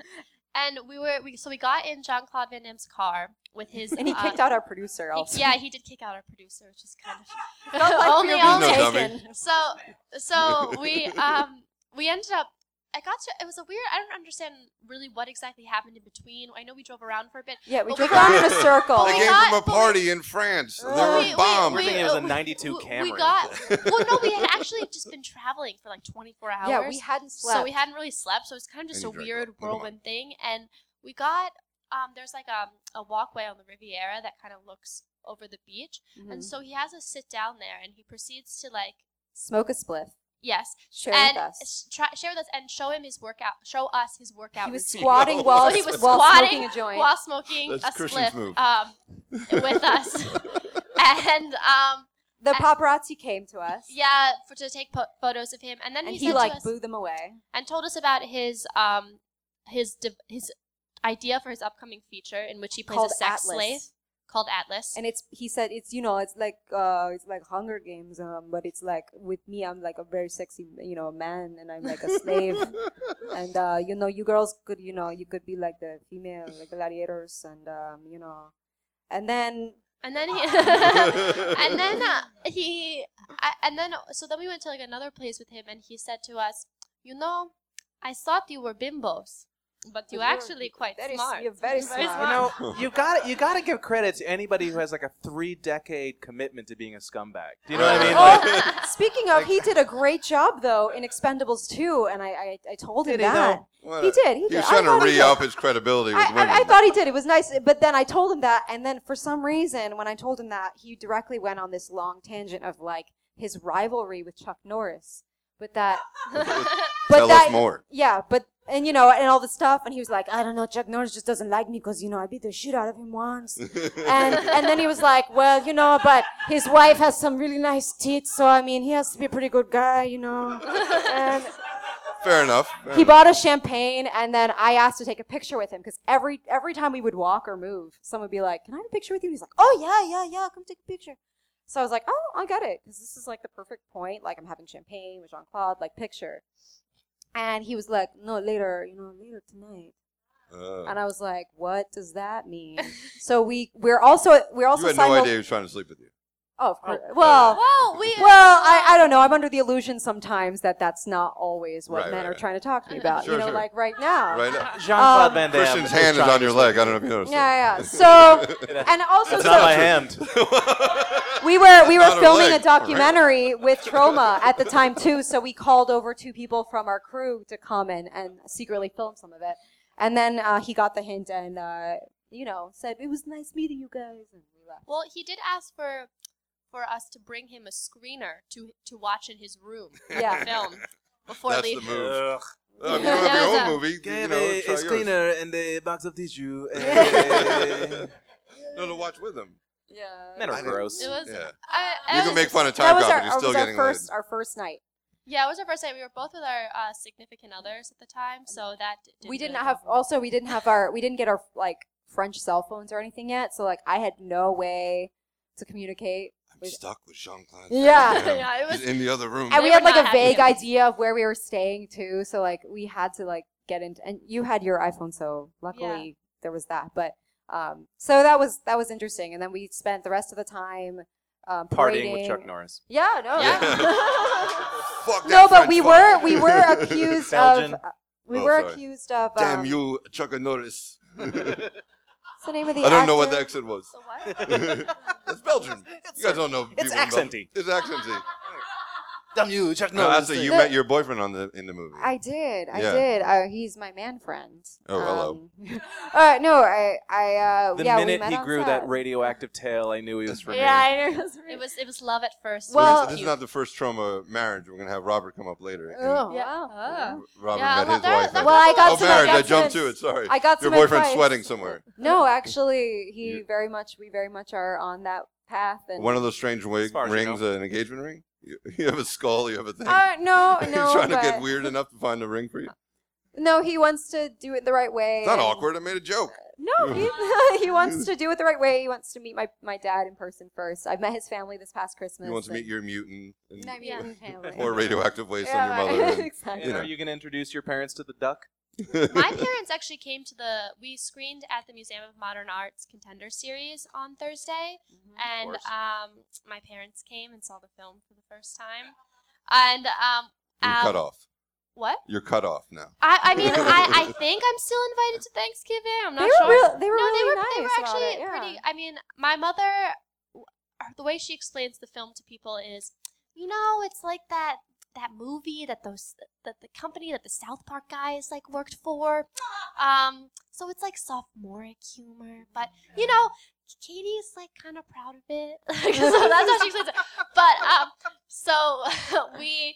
[SPEAKER 6] and we were we, so we got in Jean Claude Van Damme's car with his
[SPEAKER 5] And he
[SPEAKER 6] uh,
[SPEAKER 5] kicked out our producer
[SPEAKER 6] he-
[SPEAKER 5] also.
[SPEAKER 6] yeah he did kick out our producer which is kind of
[SPEAKER 5] Felt like we
[SPEAKER 6] only
[SPEAKER 5] were
[SPEAKER 2] all-
[SPEAKER 5] being
[SPEAKER 2] He's no
[SPEAKER 5] taken.
[SPEAKER 6] so so we um we ended up I got to it was a weird I don't understand really what exactly happened in between I know we drove around for a bit
[SPEAKER 5] Yeah, we
[SPEAKER 6] But we
[SPEAKER 5] drove around in a
[SPEAKER 2] got-
[SPEAKER 5] circle.
[SPEAKER 6] But
[SPEAKER 2] They
[SPEAKER 6] we
[SPEAKER 2] came
[SPEAKER 6] got-
[SPEAKER 2] from a
[SPEAKER 6] but we-
[SPEAKER 2] party in France. There
[SPEAKER 5] Uh,
[SPEAKER 2] were
[SPEAKER 5] we-
[SPEAKER 2] bombs.
[SPEAKER 3] We're
[SPEAKER 6] we-
[SPEAKER 3] thinking it was
[SPEAKER 6] uh,
[SPEAKER 3] a 92
[SPEAKER 6] we- we
[SPEAKER 3] camera.
[SPEAKER 6] got- well no we had actually just been traveling for like 24 hours
[SPEAKER 5] yeah, we hadn't slept.
[SPEAKER 6] So we hadn't really slept, so it's kind of just
[SPEAKER 2] And
[SPEAKER 6] a
[SPEAKER 2] you drank
[SPEAKER 6] weird
[SPEAKER 2] up. Never mind.
[SPEAKER 6] whirlwind thing. And we got um, there's like um, a walkway on the Riviera that kind of looks over the beach,
[SPEAKER 5] Mhm.
[SPEAKER 6] and so he has us sit down there, and he proceeds to like
[SPEAKER 5] Smoke a spliff.
[SPEAKER 6] Yes,
[SPEAKER 5] Share
[SPEAKER 6] and
[SPEAKER 5] with us.
[SPEAKER 6] s- try, share with us and show him his workout. Show us his workout.
[SPEAKER 5] He was
[SPEAKER 6] routine.
[SPEAKER 5] squatting while,
[SPEAKER 6] So he was
[SPEAKER 5] while
[SPEAKER 6] squatting
[SPEAKER 5] smoking a joint.
[SPEAKER 6] while smoking
[SPEAKER 2] That's
[SPEAKER 6] a
[SPEAKER 2] Christian's
[SPEAKER 6] spliff
[SPEAKER 2] move.
[SPEAKER 6] um, with us, and um,
[SPEAKER 5] the paparazzi came to us,
[SPEAKER 6] yeah, for to take po- photos of him. And then
[SPEAKER 5] and
[SPEAKER 6] he,
[SPEAKER 5] he
[SPEAKER 6] said
[SPEAKER 5] like
[SPEAKER 6] to us,
[SPEAKER 5] blew them away.
[SPEAKER 6] and told us about his um his div- his idea for his upcoming feature in which he plays
[SPEAKER 5] Called
[SPEAKER 6] a sex
[SPEAKER 5] Atlas.
[SPEAKER 6] slave called Atlas.
[SPEAKER 5] And it's he said it's you know it's like uh it's like Hunger Games um but it's like with me I'm like a very sexy you know man and I'm like a slave and uh you know you girls could you know you could be like the female like gladiators and um you know and then
[SPEAKER 6] And then he, and then uh, he, I, and then so then we went to like another place with him, and he said to us, "You know, I thought you were bimbos, but you
[SPEAKER 5] You're
[SPEAKER 6] actually quite
[SPEAKER 5] very s-
[SPEAKER 6] smart.
[SPEAKER 5] you're very smart.
[SPEAKER 3] You know, you got you got to give credit to anybody who has like a three decade commitment to being a scumbag. Do you know what I mean?
[SPEAKER 5] Oh,
[SPEAKER 3] Like,
[SPEAKER 5] speaking of he did a great job though in Expendables 2 and I I, I told him
[SPEAKER 3] Did he,
[SPEAKER 5] that
[SPEAKER 2] What
[SPEAKER 5] he
[SPEAKER 2] a-
[SPEAKER 5] did he
[SPEAKER 2] Uh, He
[SPEAKER 5] did
[SPEAKER 2] was
[SPEAKER 5] I
[SPEAKER 2] trying to
[SPEAKER 5] thought he
[SPEAKER 2] re
[SPEAKER 5] did.
[SPEAKER 2] up his credibility
[SPEAKER 5] I,
[SPEAKER 2] with women.
[SPEAKER 5] I, I thought he did. It was nice, but then I told him that, and then for some reason, when I told him that, he directly went on this long tangent of like his rivalry with Chuck Norris. But that, but
[SPEAKER 2] Tell
[SPEAKER 5] that,
[SPEAKER 2] us more.
[SPEAKER 5] yeah, but and you know, and all the stuff, and he was like, I don't know, Chuck Norris just doesn't like me because you know I beat the shit out of him once, and and then he was like, well, you know, but his wife has some really nice tits, so I mean, he has to be a pretty good guy, you know, and
[SPEAKER 2] Fair enough. fair
[SPEAKER 5] he
[SPEAKER 2] enough.
[SPEAKER 5] bought us champagne and then i asked to take a picture with him because every every time we would walk or move someone would be like can i have a picture with you he's like oh yeah yeah yeah come take a picture so i was like oh i got it because this is like the perfect point like i'm having champagne with jean-claude like picture and he was like no later you know later tonight
[SPEAKER 2] Uh,
[SPEAKER 5] and i was like what does that mean so we we're also we're also
[SPEAKER 2] you had no
[SPEAKER 5] simul-
[SPEAKER 2] idea he was trying to sleep with you.
[SPEAKER 5] oh of course. well
[SPEAKER 6] Whoa, we
[SPEAKER 5] well, I, I don't know. I'm under the illusion sometimes that that's not always what
[SPEAKER 2] Right,
[SPEAKER 5] men
[SPEAKER 2] right,
[SPEAKER 5] are
[SPEAKER 2] right.
[SPEAKER 5] trying to talk to me about.
[SPEAKER 2] Sure,
[SPEAKER 5] you know,
[SPEAKER 2] sure.
[SPEAKER 5] like right now.
[SPEAKER 2] Right now.
[SPEAKER 3] Jean-Claude
[SPEAKER 5] Um,
[SPEAKER 3] Van Damme.
[SPEAKER 2] Christian's hand is
[SPEAKER 3] trying
[SPEAKER 2] on
[SPEAKER 3] to
[SPEAKER 2] your
[SPEAKER 3] sleep
[SPEAKER 2] leg. I
[SPEAKER 3] with
[SPEAKER 2] don't know if you noticed. that.
[SPEAKER 5] Yeah, yeah. So, and also,
[SPEAKER 3] That's not my
[SPEAKER 5] so
[SPEAKER 3] hand.
[SPEAKER 5] we were we were
[SPEAKER 2] Not a
[SPEAKER 5] filming
[SPEAKER 2] leg.
[SPEAKER 5] a documentary with Troma at the time too. So we called over two people from our crew to come and and secretly film some of it. And then uh, he got the hint and uh, you know said it was nice meeting you guys. And we left.
[SPEAKER 6] well, he did ask for for us to bring him a screener to to watch in his room,
[SPEAKER 5] Yeah.
[SPEAKER 6] film before
[SPEAKER 2] That's the
[SPEAKER 6] leaving.
[SPEAKER 2] move. Uh, if you
[SPEAKER 6] Yeah.
[SPEAKER 2] don't have your
[SPEAKER 6] There's
[SPEAKER 2] own
[SPEAKER 6] a-
[SPEAKER 2] movie, you know, try yours.
[SPEAKER 3] and a box of tissue. Eh.
[SPEAKER 5] and-
[SPEAKER 2] No, to watch with him.
[SPEAKER 5] Yeah.
[SPEAKER 3] Men
[SPEAKER 2] I
[SPEAKER 3] are
[SPEAKER 2] didn't-
[SPEAKER 3] gross.
[SPEAKER 6] It was, uh,
[SPEAKER 2] Yeah.
[SPEAKER 6] I, I
[SPEAKER 2] You
[SPEAKER 6] was-
[SPEAKER 2] can make fun of
[SPEAKER 5] that
[SPEAKER 2] time
[SPEAKER 5] was
[SPEAKER 2] cop,
[SPEAKER 5] our,
[SPEAKER 2] but you're
[SPEAKER 5] our-
[SPEAKER 2] still
[SPEAKER 5] was our
[SPEAKER 2] getting laid.
[SPEAKER 5] first our first night.
[SPEAKER 6] yeah, it was our first night. We were both with our uh, significant others at the time, so that didn't
[SPEAKER 5] we did
[SPEAKER 6] really
[SPEAKER 5] not
[SPEAKER 6] go
[SPEAKER 5] have
[SPEAKER 6] well.
[SPEAKER 5] also we didn't have our we didn't get our like french cell phones or anything yet so like i had no way to communicate
[SPEAKER 2] I'm stuck with Jean Claude.
[SPEAKER 5] Yeah.
[SPEAKER 6] Yeah, it was-
[SPEAKER 2] in the other room.
[SPEAKER 5] and
[SPEAKER 6] They
[SPEAKER 5] we
[SPEAKER 6] were
[SPEAKER 5] had like
[SPEAKER 6] not
[SPEAKER 5] a vague
[SPEAKER 6] happy.
[SPEAKER 5] idea of where we were staying too so like we had to like get into and you had your iphone so luckily there was that but um so that was that was interesting and then we spent the rest of the time um
[SPEAKER 3] Partying with Chuck
[SPEAKER 5] parading.
[SPEAKER 3] Norris.
[SPEAKER 5] yeah no
[SPEAKER 2] Yeah. Fuck that
[SPEAKER 5] no but
[SPEAKER 2] French
[SPEAKER 5] we were
[SPEAKER 2] fuck.
[SPEAKER 5] we were accused of
[SPEAKER 3] Belgian.
[SPEAKER 5] uh, we
[SPEAKER 2] Oh,
[SPEAKER 5] were
[SPEAKER 2] sorry.
[SPEAKER 5] accused of um,
[SPEAKER 2] Damn you, Chuck Norris. I
[SPEAKER 5] what's the name of the
[SPEAKER 2] don't know what the
[SPEAKER 5] actor?
[SPEAKER 2] accent was.
[SPEAKER 6] So what?
[SPEAKER 2] it's Belgian. You guys don't know. people in Belgium.
[SPEAKER 3] accenty.
[SPEAKER 2] It's accenty.
[SPEAKER 3] Damn you, Chuck
[SPEAKER 2] No, that's a, you
[SPEAKER 5] The-
[SPEAKER 2] met your boyfriend on the in the movie.
[SPEAKER 5] I did. I
[SPEAKER 2] Yeah.
[SPEAKER 5] did. Uh, he's my man friend.
[SPEAKER 2] Oh, hello.
[SPEAKER 5] Um, uh, no, I, I, uh,
[SPEAKER 3] The
[SPEAKER 5] yeah, we
[SPEAKER 3] minute
[SPEAKER 5] met
[SPEAKER 3] he
[SPEAKER 5] on
[SPEAKER 3] grew
[SPEAKER 5] set.
[SPEAKER 3] that radioactive tail, I knew he was for me.
[SPEAKER 5] yeah, I know.
[SPEAKER 6] It was it was love at first.
[SPEAKER 2] So this-
[SPEAKER 5] well-
[SPEAKER 2] this, is not the first trauma marriage. We're gonna have Robert come up later. and
[SPEAKER 5] Oh,
[SPEAKER 6] Yeah.
[SPEAKER 5] wow.
[SPEAKER 6] Ah.
[SPEAKER 2] Robert
[SPEAKER 6] Yeah,
[SPEAKER 2] met
[SPEAKER 6] well,
[SPEAKER 2] his
[SPEAKER 6] there-
[SPEAKER 2] wife.
[SPEAKER 6] that
[SPEAKER 2] and-
[SPEAKER 5] Well, I got
[SPEAKER 2] oh,
[SPEAKER 5] some
[SPEAKER 2] marriage. I
[SPEAKER 5] advice.
[SPEAKER 2] jumped to it. Sorry.
[SPEAKER 5] I got
[SPEAKER 2] your
[SPEAKER 5] some
[SPEAKER 2] boyfriend's
[SPEAKER 5] advice.
[SPEAKER 2] sweating somewhere.
[SPEAKER 5] No, actually, he
[SPEAKER 2] You-
[SPEAKER 5] very much. We very much are on that path. And
[SPEAKER 2] One of those strange wig,
[SPEAKER 3] As far as you
[SPEAKER 2] rings, uh, an engagement ring. You, you have a skull. You have a thing.
[SPEAKER 5] Uh, no,
[SPEAKER 2] He's
[SPEAKER 5] no,
[SPEAKER 2] trying
[SPEAKER 5] but
[SPEAKER 2] to get weird enough to find a ring for you.
[SPEAKER 5] no, he wants to do it the right way.
[SPEAKER 2] It's not
[SPEAKER 5] and-
[SPEAKER 2] awkward. I made a joke.
[SPEAKER 5] No, he, he wants to do it the right way. He wants to meet my, my dad in person first. I met his family this past Christmas.
[SPEAKER 2] He wants to meet
[SPEAKER 5] and-
[SPEAKER 2] your mutant and-
[SPEAKER 5] My
[SPEAKER 6] Yeah.
[SPEAKER 5] mutant family.
[SPEAKER 2] or radioactive waste
[SPEAKER 5] Yeah,
[SPEAKER 2] on your
[SPEAKER 5] right.
[SPEAKER 2] mother.
[SPEAKER 5] exactly.
[SPEAKER 3] And
[SPEAKER 2] You know.
[SPEAKER 3] are you going to introduce your parents to the duck?
[SPEAKER 2] and-
[SPEAKER 6] My parents actually came to the we screened at the Museum of Modern Art's Contender series on Thursday, and
[SPEAKER 3] course.
[SPEAKER 6] um, my parents came and saw the film for the first time, and um,
[SPEAKER 2] You're
[SPEAKER 6] um,
[SPEAKER 2] cut off.
[SPEAKER 6] what?
[SPEAKER 2] You're cut off now.
[SPEAKER 6] I, I mean, I, I think I'm still invited to Thanksgiving. I'm
[SPEAKER 5] They
[SPEAKER 6] not
[SPEAKER 5] were,
[SPEAKER 6] sure.
[SPEAKER 5] real, they were
[SPEAKER 6] no,
[SPEAKER 5] really
[SPEAKER 6] they were,
[SPEAKER 5] nice
[SPEAKER 6] they were
[SPEAKER 5] about
[SPEAKER 6] actually
[SPEAKER 5] it, yeah.
[SPEAKER 6] pretty. I mean, my mother, the way she explains the film to people is, you know, it's like that that movie that those that the company that the South Park guys like worked for. Um, so it's like sophomoric humor, but you know, Katie's like kind of proud of it. so that's how she explains it. But um, so we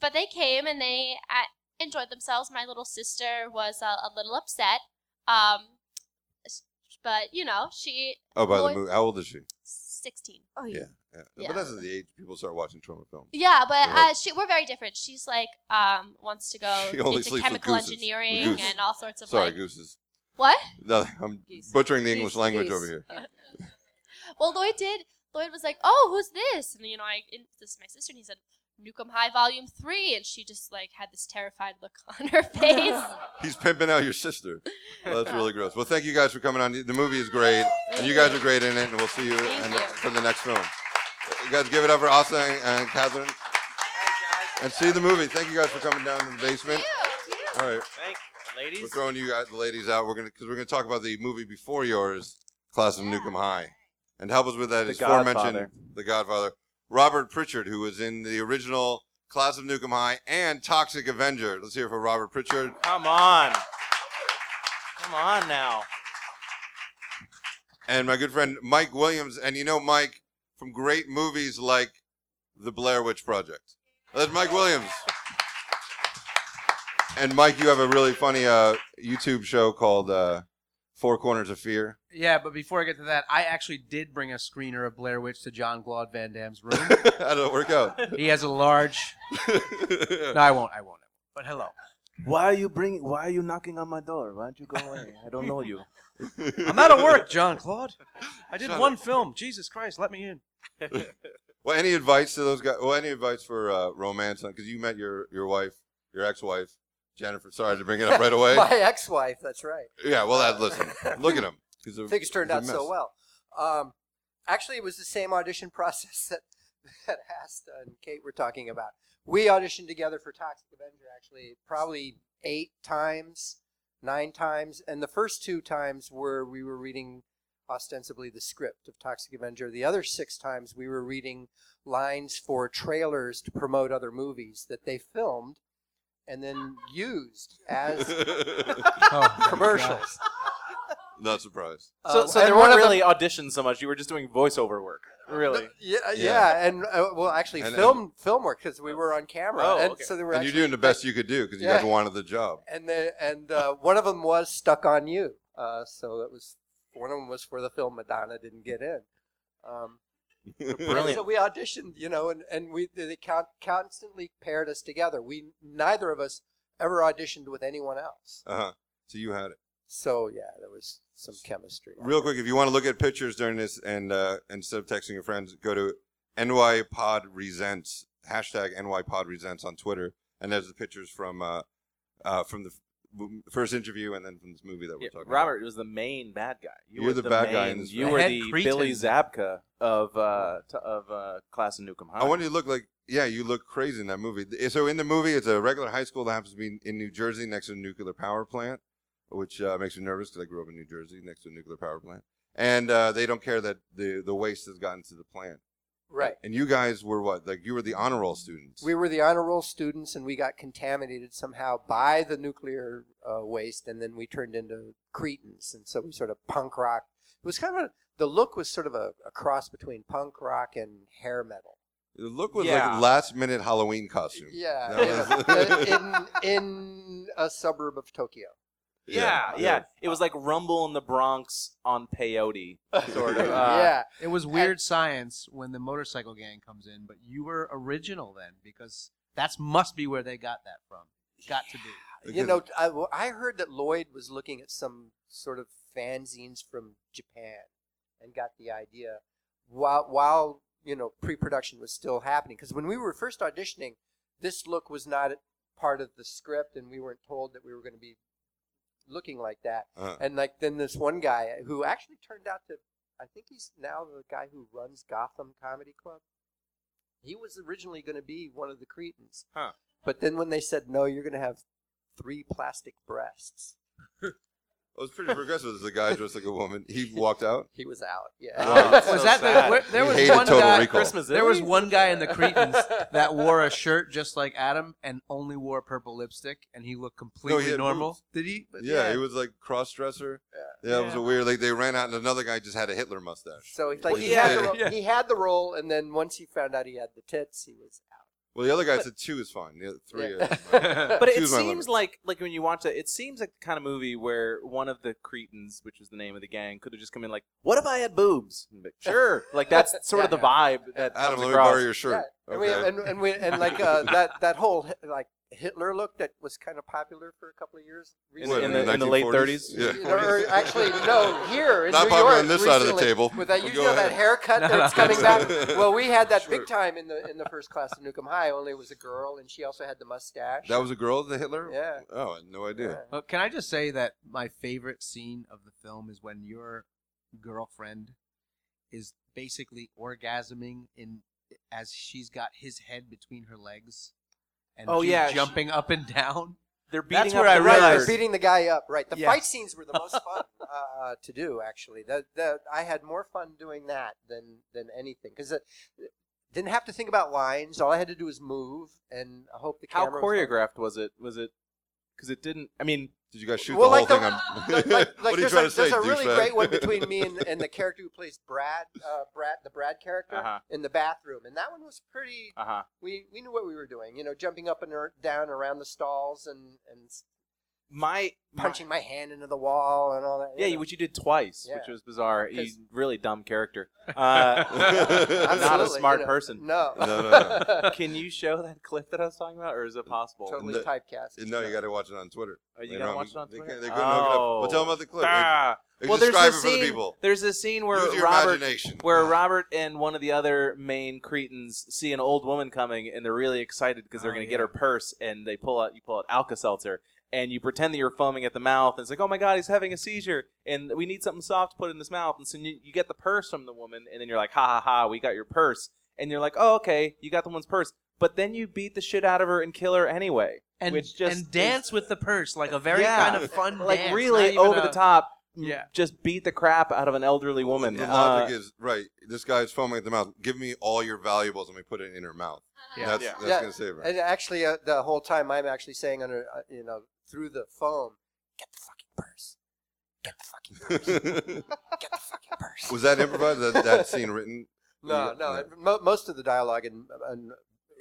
[SPEAKER 6] but they came and they uh, enjoyed themselves. My little sister was uh, a little upset, um, s- but you know she
[SPEAKER 2] Oh, by the
[SPEAKER 6] Lloyd-
[SPEAKER 2] movie. How old is she?
[SPEAKER 6] sixteen.
[SPEAKER 5] Oh,
[SPEAKER 2] Yeah.
[SPEAKER 5] yeah.
[SPEAKER 2] Yeah.
[SPEAKER 6] Yeah.
[SPEAKER 2] But that's the age people start watching trauma films.
[SPEAKER 6] Yeah, but
[SPEAKER 2] Yeah.
[SPEAKER 6] uh, she we're very different. She's like um, wants to go
[SPEAKER 2] She only sleeps
[SPEAKER 6] into
[SPEAKER 2] with
[SPEAKER 6] chemical
[SPEAKER 2] gooses.
[SPEAKER 6] engineering
[SPEAKER 2] With gooses.
[SPEAKER 6] and all sorts of
[SPEAKER 2] Sorry,
[SPEAKER 6] like
[SPEAKER 2] gooses.
[SPEAKER 6] what.
[SPEAKER 2] No, I'm
[SPEAKER 5] Geese.
[SPEAKER 2] butchering the English
[SPEAKER 5] Geese,
[SPEAKER 2] language
[SPEAKER 5] geese.
[SPEAKER 2] over here.
[SPEAKER 6] Well, Lloyd did. Lloyd was like, "Oh, who's this?" And you know, I and this is my sister, and he said, "Nukem High Volume 3. and she just like had this terrified look on her face.
[SPEAKER 2] He's pimping out your sister. Well, that's really gross. Well, thank you guys for coming on. The movie is great, and you guys are great in it. And we'll see you,
[SPEAKER 6] Thank
[SPEAKER 2] in
[SPEAKER 6] you.
[SPEAKER 2] for the next film. You guys give it up for Asa and, and Catherine, and see the movie. Thank you guys for coming down to the basement. All right,
[SPEAKER 4] Thank you,
[SPEAKER 2] we're
[SPEAKER 4] ladies.
[SPEAKER 2] throwing you guys, the ladies, out. We're gonna because we're gonna talk about the movie before yours, Class of Newcomb High, and help us with that
[SPEAKER 3] The
[SPEAKER 2] is
[SPEAKER 3] Godfather.
[SPEAKER 2] aforementioned The Godfather, Robert Pritchard, who was in the original Class of Newcomb High and Toxic Avenger. Let's hear it for Robert Pritchard.
[SPEAKER 4] Come on. Come on now.
[SPEAKER 2] and my good friend Mike Williams, and you know Mike from great movies like The Blair Witch Project. That's Mike Williams. And Mike, you have a really funny uh, YouTube show called uh, Four Corners of Fear.
[SPEAKER 7] Yeah, but before I get to that, I actually did bring a screener of Blair Witch to John Claude Van Damme's room.
[SPEAKER 2] How did it work out?
[SPEAKER 7] he has a large. No, I won't. I won't. But hello.
[SPEAKER 3] Why are you bringing? Why are you knocking on my door? Why don't you go away? I don't know you.
[SPEAKER 7] I'm out of work, John Claude. I did
[SPEAKER 2] Shut
[SPEAKER 7] one film. Jesus Christ, let me in.
[SPEAKER 2] well, any advice to those guys? Well, any advice for uh, romance? Because you met your, your wife, your ex wife, Jennifer. Sorry to bring it up right away.
[SPEAKER 8] My ex-wife. That's right.
[SPEAKER 2] yeah, well, that, listen, look at him. He's a-
[SPEAKER 8] Things turned
[SPEAKER 2] he's a
[SPEAKER 8] out so
[SPEAKER 2] mess.
[SPEAKER 8] well. Um, actually, it was the same audition process that that Asta and Kate were talking about. We auditioned together for Toxic Avenger. Actually, probably eight times, nine times, and the first two times were we were reading ostensibly the script of Toxic Avenger. The other six times we were reading lines for trailers to promote other movies that they filmed and then used as commercials.
[SPEAKER 2] Not surprised.
[SPEAKER 3] So,
[SPEAKER 8] Uh,
[SPEAKER 3] so
[SPEAKER 8] and
[SPEAKER 3] there
[SPEAKER 8] one
[SPEAKER 3] weren't
[SPEAKER 8] of them-
[SPEAKER 3] really auditions so much. You were just doing voiceover work.
[SPEAKER 7] Uh,
[SPEAKER 3] Really?
[SPEAKER 8] Yeah, yeah,
[SPEAKER 2] Yeah.
[SPEAKER 8] and uh, well, actually,
[SPEAKER 2] And- and-
[SPEAKER 8] film film work because we were on camera,
[SPEAKER 3] Oh,
[SPEAKER 8] and
[SPEAKER 3] okay.
[SPEAKER 8] so they were.
[SPEAKER 2] And you're
[SPEAKER 8] actually-
[SPEAKER 2] doing the best you could do because you guys
[SPEAKER 8] Yeah.
[SPEAKER 2] wanted the job.
[SPEAKER 8] And the, and uh, one of them was stuck on you, uh, so that was one of them was for the film Madonna didn't get in. Um, and So we auditioned, you know, and and we they con- constantly paired us together. We neither of us ever auditioned with anyone else.
[SPEAKER 2] Uh-huh. So you had it.
[SPEAKER 8] So yeah, there was some chemistry.
[SPEAKER 2] Real quick, if you want to look at pictures during this and uh, instead of texting your friends, go to NYPodResents, hashtag NYPodResents on Twitter. And there's the pictures from uh, uh, from the f- first interview and then from this movie that we're
[SPEAKER 3] Yeah,
[SPEAKER 2] talking
[SPEAKER 3] Robert was the main bad guy.
[SPEAKER 2] You were the bad guy
[SPEAKER 3] main-
[SPEAKER 2] in this
[SPEAKER 3] You
[SPEAKER 7] film.
[SPEAKER 3] were
[SPEAKER 7] Head
[SPEAKER 3] the
[SPEAKER 7] cretin.
[SPEAKER 3] Billy Zabka of uh, t- of uh, Class of Newcomb High.
[SPEAKER 2] about. I want you to look like, yeah, you look crazy in that movie. Th- eh, So in the movie, it's a regular high school that happens to be in New Jersey next to a nuclear power plant, which uh, makes me nervous because I grew up in New Jersey next to a nuclear power plant. And uh, they don't care that the, the waste has gotten to the plant.
[SPEAKER 8] Right.
[SPEAKER 2] And you guys were what? Like you were the honor roll students.
[SPEAKER 8] We were the honor roll students, and we got contaminated somehow by the nuclear uh, waste, and then we turned into Cretans, and so we sort of punk rock. It was kind of the look was sort of a, a cross between punk rock and hair metal.
[SPEAKER 2] the look was like
[SPEAKER 3] Yeah.
[SPEAKER 2] a last minute Halloween costume.
[SPEAKER 8] Yeah,
[SPEAKER 2] That
[SPEAKER 8] in, in a suburb of Tokyo.
[SPEAKER 3] yeah, yeah, It was like Rumble in the Bronx on peyote, sort of. Uh,
[SPEAKER 8] yeah,
[SPEAKER 7] It was weird science when the motorcycle gang comes in, but you were original then because that's must be where they got that from. Got to be.
[SPEAKER 8] you know, I, well, I heard that Lloyd was looking at some sort of fanzines from Japan and got the idea while while you know pre-production was still happening because when we were first auditioning, this look was not part of the script and we weren't told that we were going to be looking like that.
[SPEAKER 2] Uh-huh.
[SPEAKER 8] And like then this one guy who actually turned out to I think he's now the guy who runs Gotham Comedy Club. He was originally going to be one of the Cretans.
[SPEAKER 3] Huh.
[SPEAKER 8] But then when they said no, you're going to have three plastic breasts.
[SPEAKER 2] it was pretty progressive. There's a guy dressed like a woman. He walked out.
[SPEAKER 8] He was out.
[SPEAKER 2] Wow.
[SPEAKER 7] was
[SPEAKER 8] Yeah.
[SPEAKER 3] that's so
[SPEAKER 7] that
[SPEAKER 3] sad.
[SPEAKER 7] the, where, there
[SPEAKER 2] He
[SPEAKER 7] was
[SPEAKER 2] hated
[SPEAKER 7] one
[SPEAKER 2] Total
[SPEAKER 7] guy
[SPEAKER 2] Recall.
[SPEAKER 3] Christmas.
[SPEAKER 7] There
[SPEAKER 3] Italy?
[SPEAKER 7] was one guy in the Cretans that wore a shirt just like Adam and only wore purple lipstick, and he looked completely
[SPEAKER 2] had
[SPEAKER 7] normal.
[SPEAKER 2] boobs.
[SPEAKER 7] Did he? But
[SPEAKER 2] Yeah, he was like cross dresser. Yeah. it was a weird. Like they ran out, and another guy just had a Hitler mustache.
[SPEAKER 8] so he, like, he,
[SPEAKER 2] Yeah.
[SPEAKER 8] had the role,
[SPEAKER 3] Yeah.
[SPEAKER 8] he had the role, and then once he found out he had the tits, he was out.
[SPEAKER 2] Well, the other guy said two is fine. The other three.
[SPEAKER 8] Yeah.
[SPEAKER 2] Is
[SPEAKER 3] But it
[SPEAKER 2] Excuse my
[SPEAKER 3] seems
[SPEAKER 2] limit.
[SPEAKER 3] like like when you watch it, it seems like the kind of movie where one of the Cretans, which was the name of the gang, could have just come in like, "What if I had boobs?" And be like, sure, like that's sort of the
[SPEAKER 8] Yeah.
[SPEAKER 3] vibe that
[SPEAKER 2] Adam,
[SPEAKER 3] comes
[SPEAKER 2] let me
[SPEAKER 3] across.
[SPEAKER 2] borrow your shirt.
[SPEAKER 8] Yeah, and, we,
[SPEAKER 2] Okay.
[SPEAKER 8] and, and we and like uh, that that whole Hit- like Hitler look that was kind of popular for a couple of years.
[SPEAKER 3] in
[SPEAKER 2] What,
[SPEAKER 3] the-
[SPEAKER 8] recently.
[SPEAKER 3] in the- in the late
[SPEAKER 2] 1940s?
[SPEAKER 3] 30s?
[SPEAKER 2] Yeah.
[SPEAKER 8] You know, or actually, no, here in
[SPEAKER 2] Not
[SPEAKER 8] New
[SPEAKER 2] popular
[SPEAKER 8] York
[SPEAKER 2] on this side of the
[SPEAKER 8] recently,
[SPEAKER 2] table.
[SPEAKER 8] With that,
[SPEAKER 2] But
[SPEAKER 8] you
[SPEAKER 2] go
[SPEAKER 8] know that
[SPEAKER 2] ahead.
[SPEAKER 8] haircut that's
[SPEAKER 2] no.
[SPEAKER 8] coming back. Well, we had that
[SPEAKER 2] Sure.
[SPEAKER 8] big time in the in the first class of Newcomb High. Only it was a girl, and she also had the mustache.
[SPEAKER 2] That was a girl, the Hitler.
[SPEAKER 8] yeah.
[SPEAKER 2] Oh, I had no idea.
[SPEAKER 8] yeah.
[SPEAKER 7] Well, can I just say that my favorite scene of the film is when your girlfriend is basically orgasming in as she's got his head between her legs and
[SPEAKER 3] Oh,
[SPEAKER 7] she's
[SPEAKER 3] yeah, she-
[SPEAKER 7] jumping up and down.
[SPEAKER 3] They're beating
[SPEAKER 7] That's
[SPEAKER 3] up
[SPEAKER 7] where I
[SPEAKER 3] the
[SPEAKER 8] Right, they're
[SPEAKER 7] realized-
[SPEAKER 3] bird.
[SPEAKER 8] beating the guy up. Right, the
[SPEAKER 7] Yeah.
[SPEAKER 8] fight scenes were the most fun uh, to do. Actually, that that I had more fun doing that than than anything because didn't have to think about lines. All I had to do was move, and I hope the
[SPEAKER 3] How
[SPEAKER 8] camera. was-
[SPEAKER 3] choreographed was it? Was it? Because it didn't. I mean,
[SPEAKER 2] Did you guys shoot
[SPEAKER 8] Well,
[SPEAKER 2] the
[SPEAKER 8] like
[SPEAKER 2] whole
[SPEAKER 8] the-
[SPEAKER 2] thing?
[SPEAKER 8] like, like,
[SPEAKER 2] on... what
[SPEAKER 8] like
[SPEAKER 2] are you
[SPEAKER 8] there's,
[SPEAKER 2] trying
[SPEAKER 8] a,
[SPEAKER 2] to say,
[SPEAKER 8] there's a really
[SPEAKER 2] douchebag?
[SPEAKER 8] great one between me and, and the character who plays Brad, uh, Brad, the Brad character
[SPEAKER 3] Uh-huh.
[SPEAKER 8] in the bathroom, and that one was pretty.
[SPEAKER 3] uh
[SPEAKER 2] Uh-huh.
[SPEAKER 3] huh.
[SPEAKER 8] We we knew what we were doing, you know, jumping up and ar- down around the stalls and and s-
[SPEAKER 3] My, my-
[SPEAKER 8] punching my hand into the wall and all that.
[SPEAKER 3] yeah,
[SPEAKER 8] know.
[SPEAKER 3] which you did twice,
[SPEAKER 8] Yeah.
[SPEAKER 3] which was bizarre. You
[SPEAKER 8] 'Cause-
[SPEAKER 3] really dumb character. Uh, not a
[SPEAKER 8] Absolutely,
[SPEAKER 3] smart
[SPEAKER 8] you know.
[SPEAKER 3] person.
[SPEAKER 8] No,
[SPEAKER 2] No, no, no.
[SPEAKER 3] Can you show that clip that I was talking about, or is it possible?
[SPEAKER 8] totally
[SPEAKER 2] No.
[SPEAKER 8] typecast.
[SPEAKER 2] no, you got to watch it on Twitter.
[SPEAKER 3] Are you
[SPEAKER 2] Later
[SPEAKER 3] gonna
[SPEAKER 2] on,
[SPEAKER 3] watch
[SPEAKER 2] we-
[SPEAKER 3] it on
[SPEAKER 2] they
[SPEAKER 3] Twitter?
[SPEAKER 2] can't- they're gonna hook it up. Well,
[SPEAKER 8] Oh.
[SPEAKER 2] tell 'em about the clip.
[SPEAKER 3] Ah. Well, there's
[SPEAKER 2] Describe
[SPEAKER 3] this
[SPEAKER 2] it for the
[SPEAKER 3] scene-
[SPEAKER 2] people.
[SPEAKER 3] There's a scene where
[SPEAKER 2] Use your
[SPEAKER 3] Robert,
[SPEAKER 2] imagination.
[SPEAKER 3] where Robert and one of the other main Cretans see an old woman coming, and they're really excited because they're
[SPEAKER 7] Oh,
[SPEAKER 3] going to
[SPEAKER 7] yeah.
[SPEAKER 3] get her purse, and they pull out you pull out Alka Seltzer, and you pretend that you're foaming at the mouth, and it's like, oh my god, he's having a seizure, and we need something soft to put in his mouth, and so you, you get the purse from the woman, and then you're like, ha ha ha, we got your purse, and you're like, oh okay, you got the woman's purse, but then you beat the shit out of her and kill her anyway,
[SPEAKER 7] And,
[SPEAKER 3] which just
[SPEAKER 7] and dance with the purse, like a very
[SPEAKER 3] Yeah.
[SPEAKER 7] kind of fun
[SPEAKER 3] like
[SPEAKER 7] dance, not
[SPEAKER 3] really
[SPEAKER 7] even
[SPEAKER 3] over
[SPEAKER 7] a-
[SPEAKER 3] the top.
[SPEAKER 7] Yeah.
[SPEAKER 3] Just beat the crap out of an elderly woman.
[SPEAKER 2] The
[SPEAKER 3] Uh,
[SPEAKER 2] logic is right. This guy's foaming at the mouth. Give me all your valuables, and we put it in her mouth.
[SPEAKER 7] Yeah.
[SPEAKER 2] That's
[SPEAKER 3] Yeah.
[SPEAKER 2] that's
[SPEAKER 8] Yeah.
[SPEAKER 2] gonna save her.
[SPEAKER 8] And actually, uh, the whole time I'm actually saying under, uh, you know, through the phone, get the fucking purse, get the fucking get the fucking purse.
[SPEAKER 2] Was that improvised? That, that scene written?
[SPEAKER 8] No, no. it- Mo- most of the dialogue in, in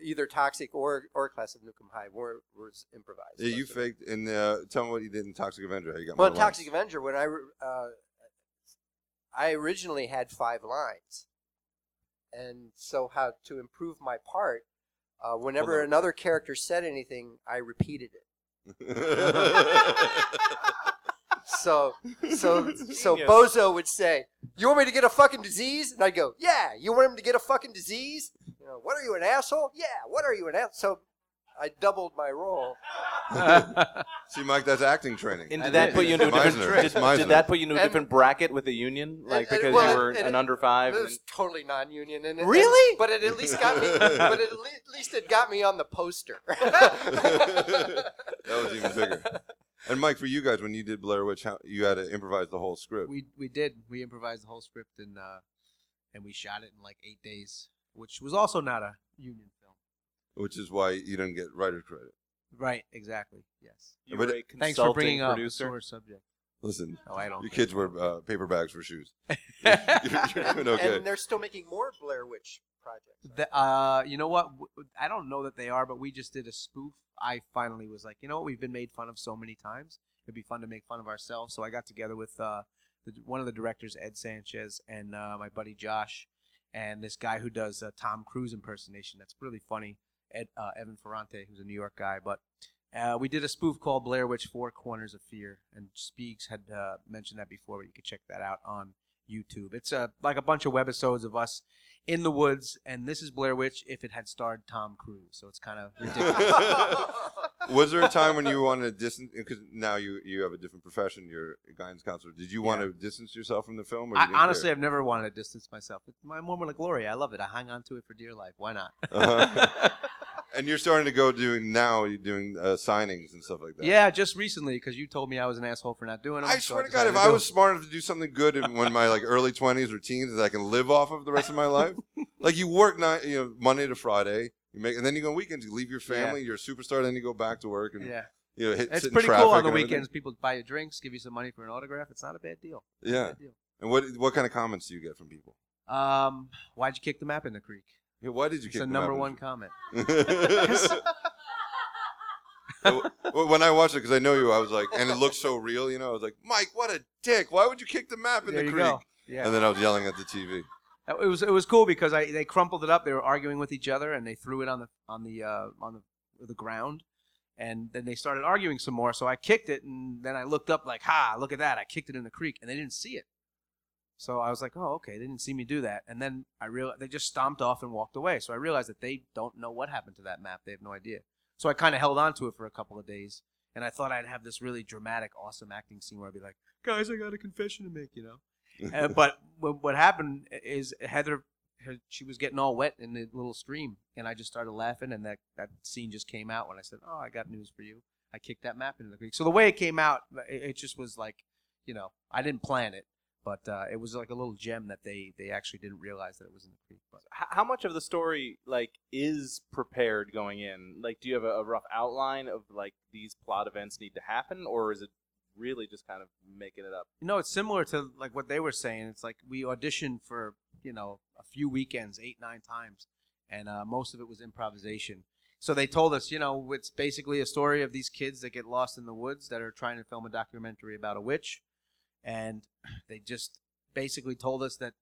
[SPEAKER 8] either Toxic or or Class of Nukem High were was improvised.
[SPEAKER 2] Yeah, you
[SPEAKER 8] Most of it.
[SPEAKER 2] faked. And uh, tell me what you did in Toxic Avenger. How you got
[SPEAKER 8] Well,
[SPEAKER 2] my
[SPEAKER 8] in Toxic Avenger, when I re- uh, I originally had five lines, and so how to improve my part. Uh, whenever
[SPEAKER 3] Well, no.
[SPEAKER 8] another character said anything, I repeated it. So So so
[SPEAKER 3] Genius.
[SPEAKER 8] Bozo would say, "You want me to get a fucking disease?" And I'd go, "Yeah, you want him to get a fucking disease? You know, what are you an asshole? Yeah, what are you an asshole?" So I doubled my role.
[SPEAKER 2] See, Mike, that's acting training.
[SPEAKER 3] And
[SPEAKER 7] I
[SPEAKER 3] did that
[SPEAKER 7] did.
[SPEAKER 3] put you into a
[SPEAKER 7] Meisner.
[SPEAKER 3] different? Did,
[SPEAKER 2] It's
[SPEAKER 3] did
[SPEAKER 2] Meisner.
[SPEAKER 3] that put you into a
[SPEAKER 8] And-
[SPEAKER 3] different bracket with the union, like
[SPEAKER 8] and-
[SPEAKER 3] because
[SPEAKER 8] well,
[SPEAKER 3] you were
[SPEAKER 8] and- and-
[SPEAKER 3] an under five?
[SPEAKER 8] It
[SPEAKER 3] and-
[SPEAKER 8] was totally non-union, and it,
[SPEAKER 3] Really?
[SPEAKER 8] and- but it at least got me. but it, at le- at least it got me on the poster.
[SPEAKER 2] that was even bigger. And Mike, for you guys, when you did Blair Witch, how, you had to improvise the whole script.
[SPEAKER 7] we we did we improvised the whole script and uh and we shot it in like eight days which was also not a union film
[SPEAKER 2] which is why you didn't get writer credit.
[SPEAKER 7] right exactly yes
[SPEAKER 3] you
[SPEAKER 2] but
[SPEAKER 3] were a
[SPEAKER 7] thanks for
[SPEAKER 3] consulting
[SPEAKER 7] bringing up a
[SPEAKER 3] producer.
[SPEAKER 7] sore subject
[SPEAKER 2] Listen,
[SPEAKER 7] oh i
[SPEAKER 2] your
[SPEAKER 7] don't
[SPEAKER 2] kids were uh, paper bags for shoes. You're,
[SPEAKER 7] think-
[SPEAKER 2] you're doing okay.
[SPEAKER 8] And they're still making more Blair Witch projects.
[SPEAKER 7] The- uh you know what W- i don't know that they are but we just did a spoof i finally was like you know what we've been made fun of so many times it'd be fun to make fun of ourselves so i got together with uh the, one of the directors ed sanchez and uh, my buddy josh and this guy who does a Tom Cruise impersonation that's really funny, Ed, uh, Evan Ferrante, who's a New York guy. But uh, we did a spoof called Blair Witch Four Corners of Fear, and Speaks had uh, mentioned that before, but you could check that out on YouTube. It's uh, like a bunch of webisodes of us in the woods, and this is Blair Witch if it had starred Tom Cruise. So it's kind of ridiculous.
[SPEAKER 2] Was there a time when you wanted to distance? Because now you you have a different profession. You're a guidance counselor. Did you want to distance yourself from the film? Or you
[SPEAKER 7] I,
[SPEAKER 2] didn't care?
[SPEAKER 7] honestly, I've never wanted to distance myself. It's my moment of glory. I love it. I hang on to it for dear life. Why not?
[SPEAKER 2] Uh-huh. and you're starting to go doing now. You're doing uh, signings and stuff like that.
[SPEAKER 7] Yeah, just recently because you told me I was an asshole for not doing it.
[SPEAKER 2] I swear to God, if I was smart enough to do something good in when my like early twenties or teens that I can live off of the rest of my life, like you work nine, you know, Monday to Friday, you make, and then you go on weekends, you leave your family, you're a superstar, then you go back to work, and
[SPEAKER 7] yeah.
[SPEAKER 2] you know, hit,
[SPEAKER 7] It's
[SPEAKER 2] sit in
[SPEAKER 7] pretty cool
[SPEAKER 2] traffic
[SPEAKER 7] on the
[SPEAKER 2] and everything.
[SPEAKER 7] weekends. People buy you drinks, give you some money for an autograph. It's not a bad deal.
[SPEAKER 2] Yeah.
[SPEAKER 7] Bad deal.
[SPEAKER 2] And what what kind of comments do you get from people?
[SPEAKER 7] Um, why'd you kick the map in the creek?
[SPEAKER 2] Yeah, why did you
[SPEAKER 7] It's
[SPEAKER 2] kick
[SPEAKER 7] a
[SPEAKER 2] them
[SPEAKER 7] number
[SPEAKER 2] out?
[SPEAKER 7] one comment.
[SPEAKER 2] Well, when I watched it, because I know you, I was like, and it looked so real, you know. I was like, Mike, what a dick! Why would you kick the map in
[SPEAKER 7] There
[SPEAKER 2] the
[SPEAKER 7] you
[SPEAKER 2] creek?
[SPEAKER 7] go. Yeah.
[SPEAKER 2] And then I was yelling at the TV.
[SPEAKER 7] It was it was cool because I they crumpled it up. They were arguing with each other, and they threw it on the on the uh, on the the ground, and then they started arguing some more. So I kicked it, and then I looked up like, "Ha! Look at that! I kicked it in the creek," and they didn't see it. So I was like, "Oh, okay." They didn't see me do that, and then I real they just stomped off and walked away. So I realized that they don't know what happened to that map. They have no idea. So I kind of held on to it for a couple of days, and I thought I'd have this really dramatic, awesome acting scene where I'd be like, "Guys, I got a confession to make," you know. Uh, but what what happened is Heather, her, she was getting all wet in the little stream, and I just started laughing, and that, that scene just came out when I said, "Oh, I got news for you." I kicked that map into the creek. So the way it came out, uh, it, it just was like, you know, I didn't plan it, but uh, it was like a little gem that they they actually didn't realize that it was in the creek. But
[SPEAKER 3] H- how much of the story like is prepared going in? Like, do you have a, a rough outline of like these plot events need to happen, or is it really just kind of making it up?
[SPEAKER 7] you know, it's similar to like what they were saying. It's like we auditioned for you know a few weekends, eight nine times, and uh, most of it was improvisation. So they told us, you know, it's basically a story of these kids that get lost in the woods that are trying to film a documentary about a witch, and they just basically told us that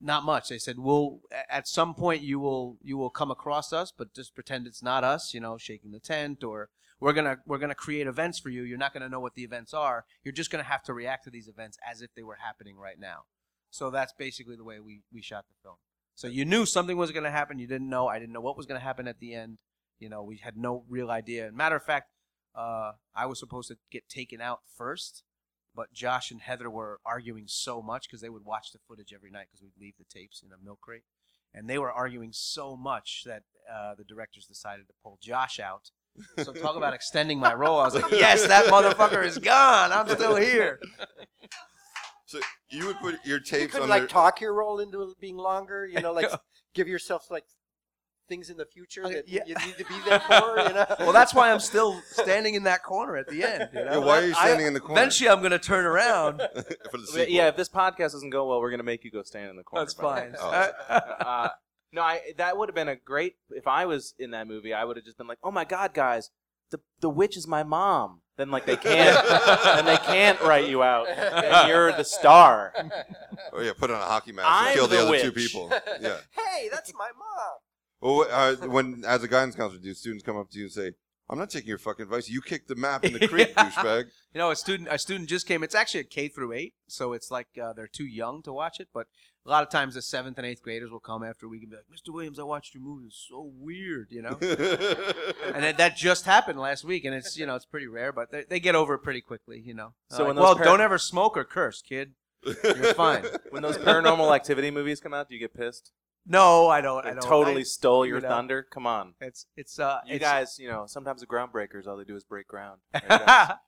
[SPEAKER 7] not much. They said, "Well, a- at some point you will you will come across us, but just pretend it's not us, you know, shaking the tent or we're gonna we're gonna create events for you. You're not gonna know what the events are. You're just gonna have to react to these events as if they were happening right now. So that's basically the way we we shot the film. So you knew something was gonna happen. You didn't know. I didn't know what was gonna happen at the end. You know, we had no real idea. Matter of fact, uh, I was supposed to get taken out first, but Josh and Heather were arguing so much because they would watch the footage every night because we'd leave the tapes in a milk crate, and they were arguing so much that uh, the directors decided to pull Josh out so talk about extending my role. I was like, yes, that motherfucker is gone. I'm still here.
[SPEAKER 2] You would put your
[SPEAKER 8] You
[SPEAKER 2] tapes
[SPEAKER 8] could
[SPEAKER 2] on
[SPEAKER 8] like
[SPEAKER 2] their-
[SPEAKER 8] talk your role into being longer. You know, like give yourself like things in the future
[SPEAKER 7] Uh,
[SPEAKER 8] that
[SPEAKER 7] yeah.
[SPEAKER 8] you need to be there for. You know.
[SPEAKER 7] Well, that's why I'm still standing in that corner at the end. You know?
[SPEAKER 2] Yeah, why are you
[SPEAKER 7] I-
[SPEAKER 2] standing in the corner?
[SPEAKER 7] Eventually, I'm going to turn around.
[SPEAKER 2] for the
[SPEAKER 3] Yeah,
[SPEAKER 2] sequel.
[SPEAKER 3] Yeah, if this podcast doesn't go well, we're gonna make you go stand in the corner.
[SPEAKER 7] That's
[SPEAKER 3] by the way.
[SPEAKER 7] fine.
[SPEAKER 2] Oh.
[SPEAKER 3] uh, no, I, that would have been a great. If I was in that movie, I would have just been like, "Oh my god, guys, the the witch is my mom." Then like they can't, then they can't write you out, and you're the star.
[SPEAKER 2] Oh yeah, put on a hockey mask
[SPEAKER 3] I'm
[SPEAKER 2] and kill the,
[SPEAKER 3] the
[SPEAKER 2] other two
[SPEAKER 3] witch.
[SPEAKER 2] people. Yeah.
[SPEAKER 8] hey, that's my mom.
[SPEAKER 2] Well, wh- uh, when as a guidance counselor, do students come up to you and say, "I'm not taking your fucking advice. You kicked the map in the creek, douchebag."
[SPEAKER 7] You know, a student a student just came. It's actually a K through eight, so it's like uh, they're too young to watch it. But a lot of times, the seventh and eighth graders will come after we can be like, "Mr. Williams, I watched your movie. It's so weird," you know. and that, that just happened last week, and it's you know it's pretty rare, but they, they get over it pretty quickly, you know.
[SPEAKER 3] So
[SPEAKER 7] So
[SPEAKER 3] when those
[SPEAKER 7] well,
[SPEAKER 3] par-
[SPEAKER 7] don't ever smoke or curse, kid. You're fine.
[SPEAKER 3] When those paranormal activity movies come out, do you get pissed?
[SPEAKER 7] No, I don't.
[SPEAKER 3] They
[SPEAKER 7] I don't.
[SPEAKER 3] totally stole your
[SPEAKER 7] you know.
[SPEAKER 3] thunder. Come on,
[SPEAKER 7] I- it's it's uh.
[SPEAKER 3] you
[SPEAKER 7] it's,
[SPEAKER 3] guys. You know, sometimes the groundbreakers, all they do is break ground. Right, guys?
[SPEAKER 7] and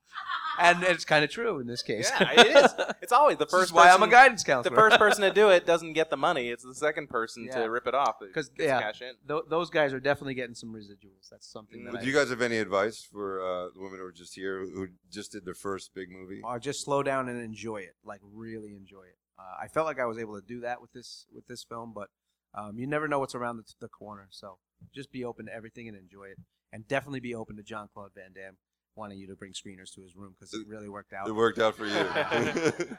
[SPEAKER 7] it's kind of true in this case.
[SPEAKER 3] yeah, it is. It's always the
[SPEAKER 7] This is
[SPEAKER 3] first.
[SPEAKER 7] why I'm a
[SPEAKER 3] person-
[SPEAKER 7] guidance
[SPEAKER 3] The
[SPEAKER 7] counselor.
[SPEAKER 3] first person to do it doesn't get the money. It's the second person
[SPEAKER 7] Yeah.
[SPEAKER 3] to rip it off. that
[SPEAKER 7] 'Cause,
[SPEAKER 3] gets
[SPEAKER 7] yeah.
[SPEAKER 3] cash in.
[SPEAKER 7] Tho- those guys are definitely getting some residuals. That's something that
[SPEAKER 2] But
[SPEAKER 7] I-
[SPEAKER 2] do you guys have any advice for uh, the women who are just here who just did their first big movie?
[SPEAKER 7] or just slow down and enjoy it like really enjoy it uh, i felt like i was able to do that with this with this film but um, you never know what's around the, the corner so just be open to everything and enjoy it and definitely be open to john claude van damme wanting you to bring screeners to his room because it really worked out
[SPEAKER 2] It worked out for you.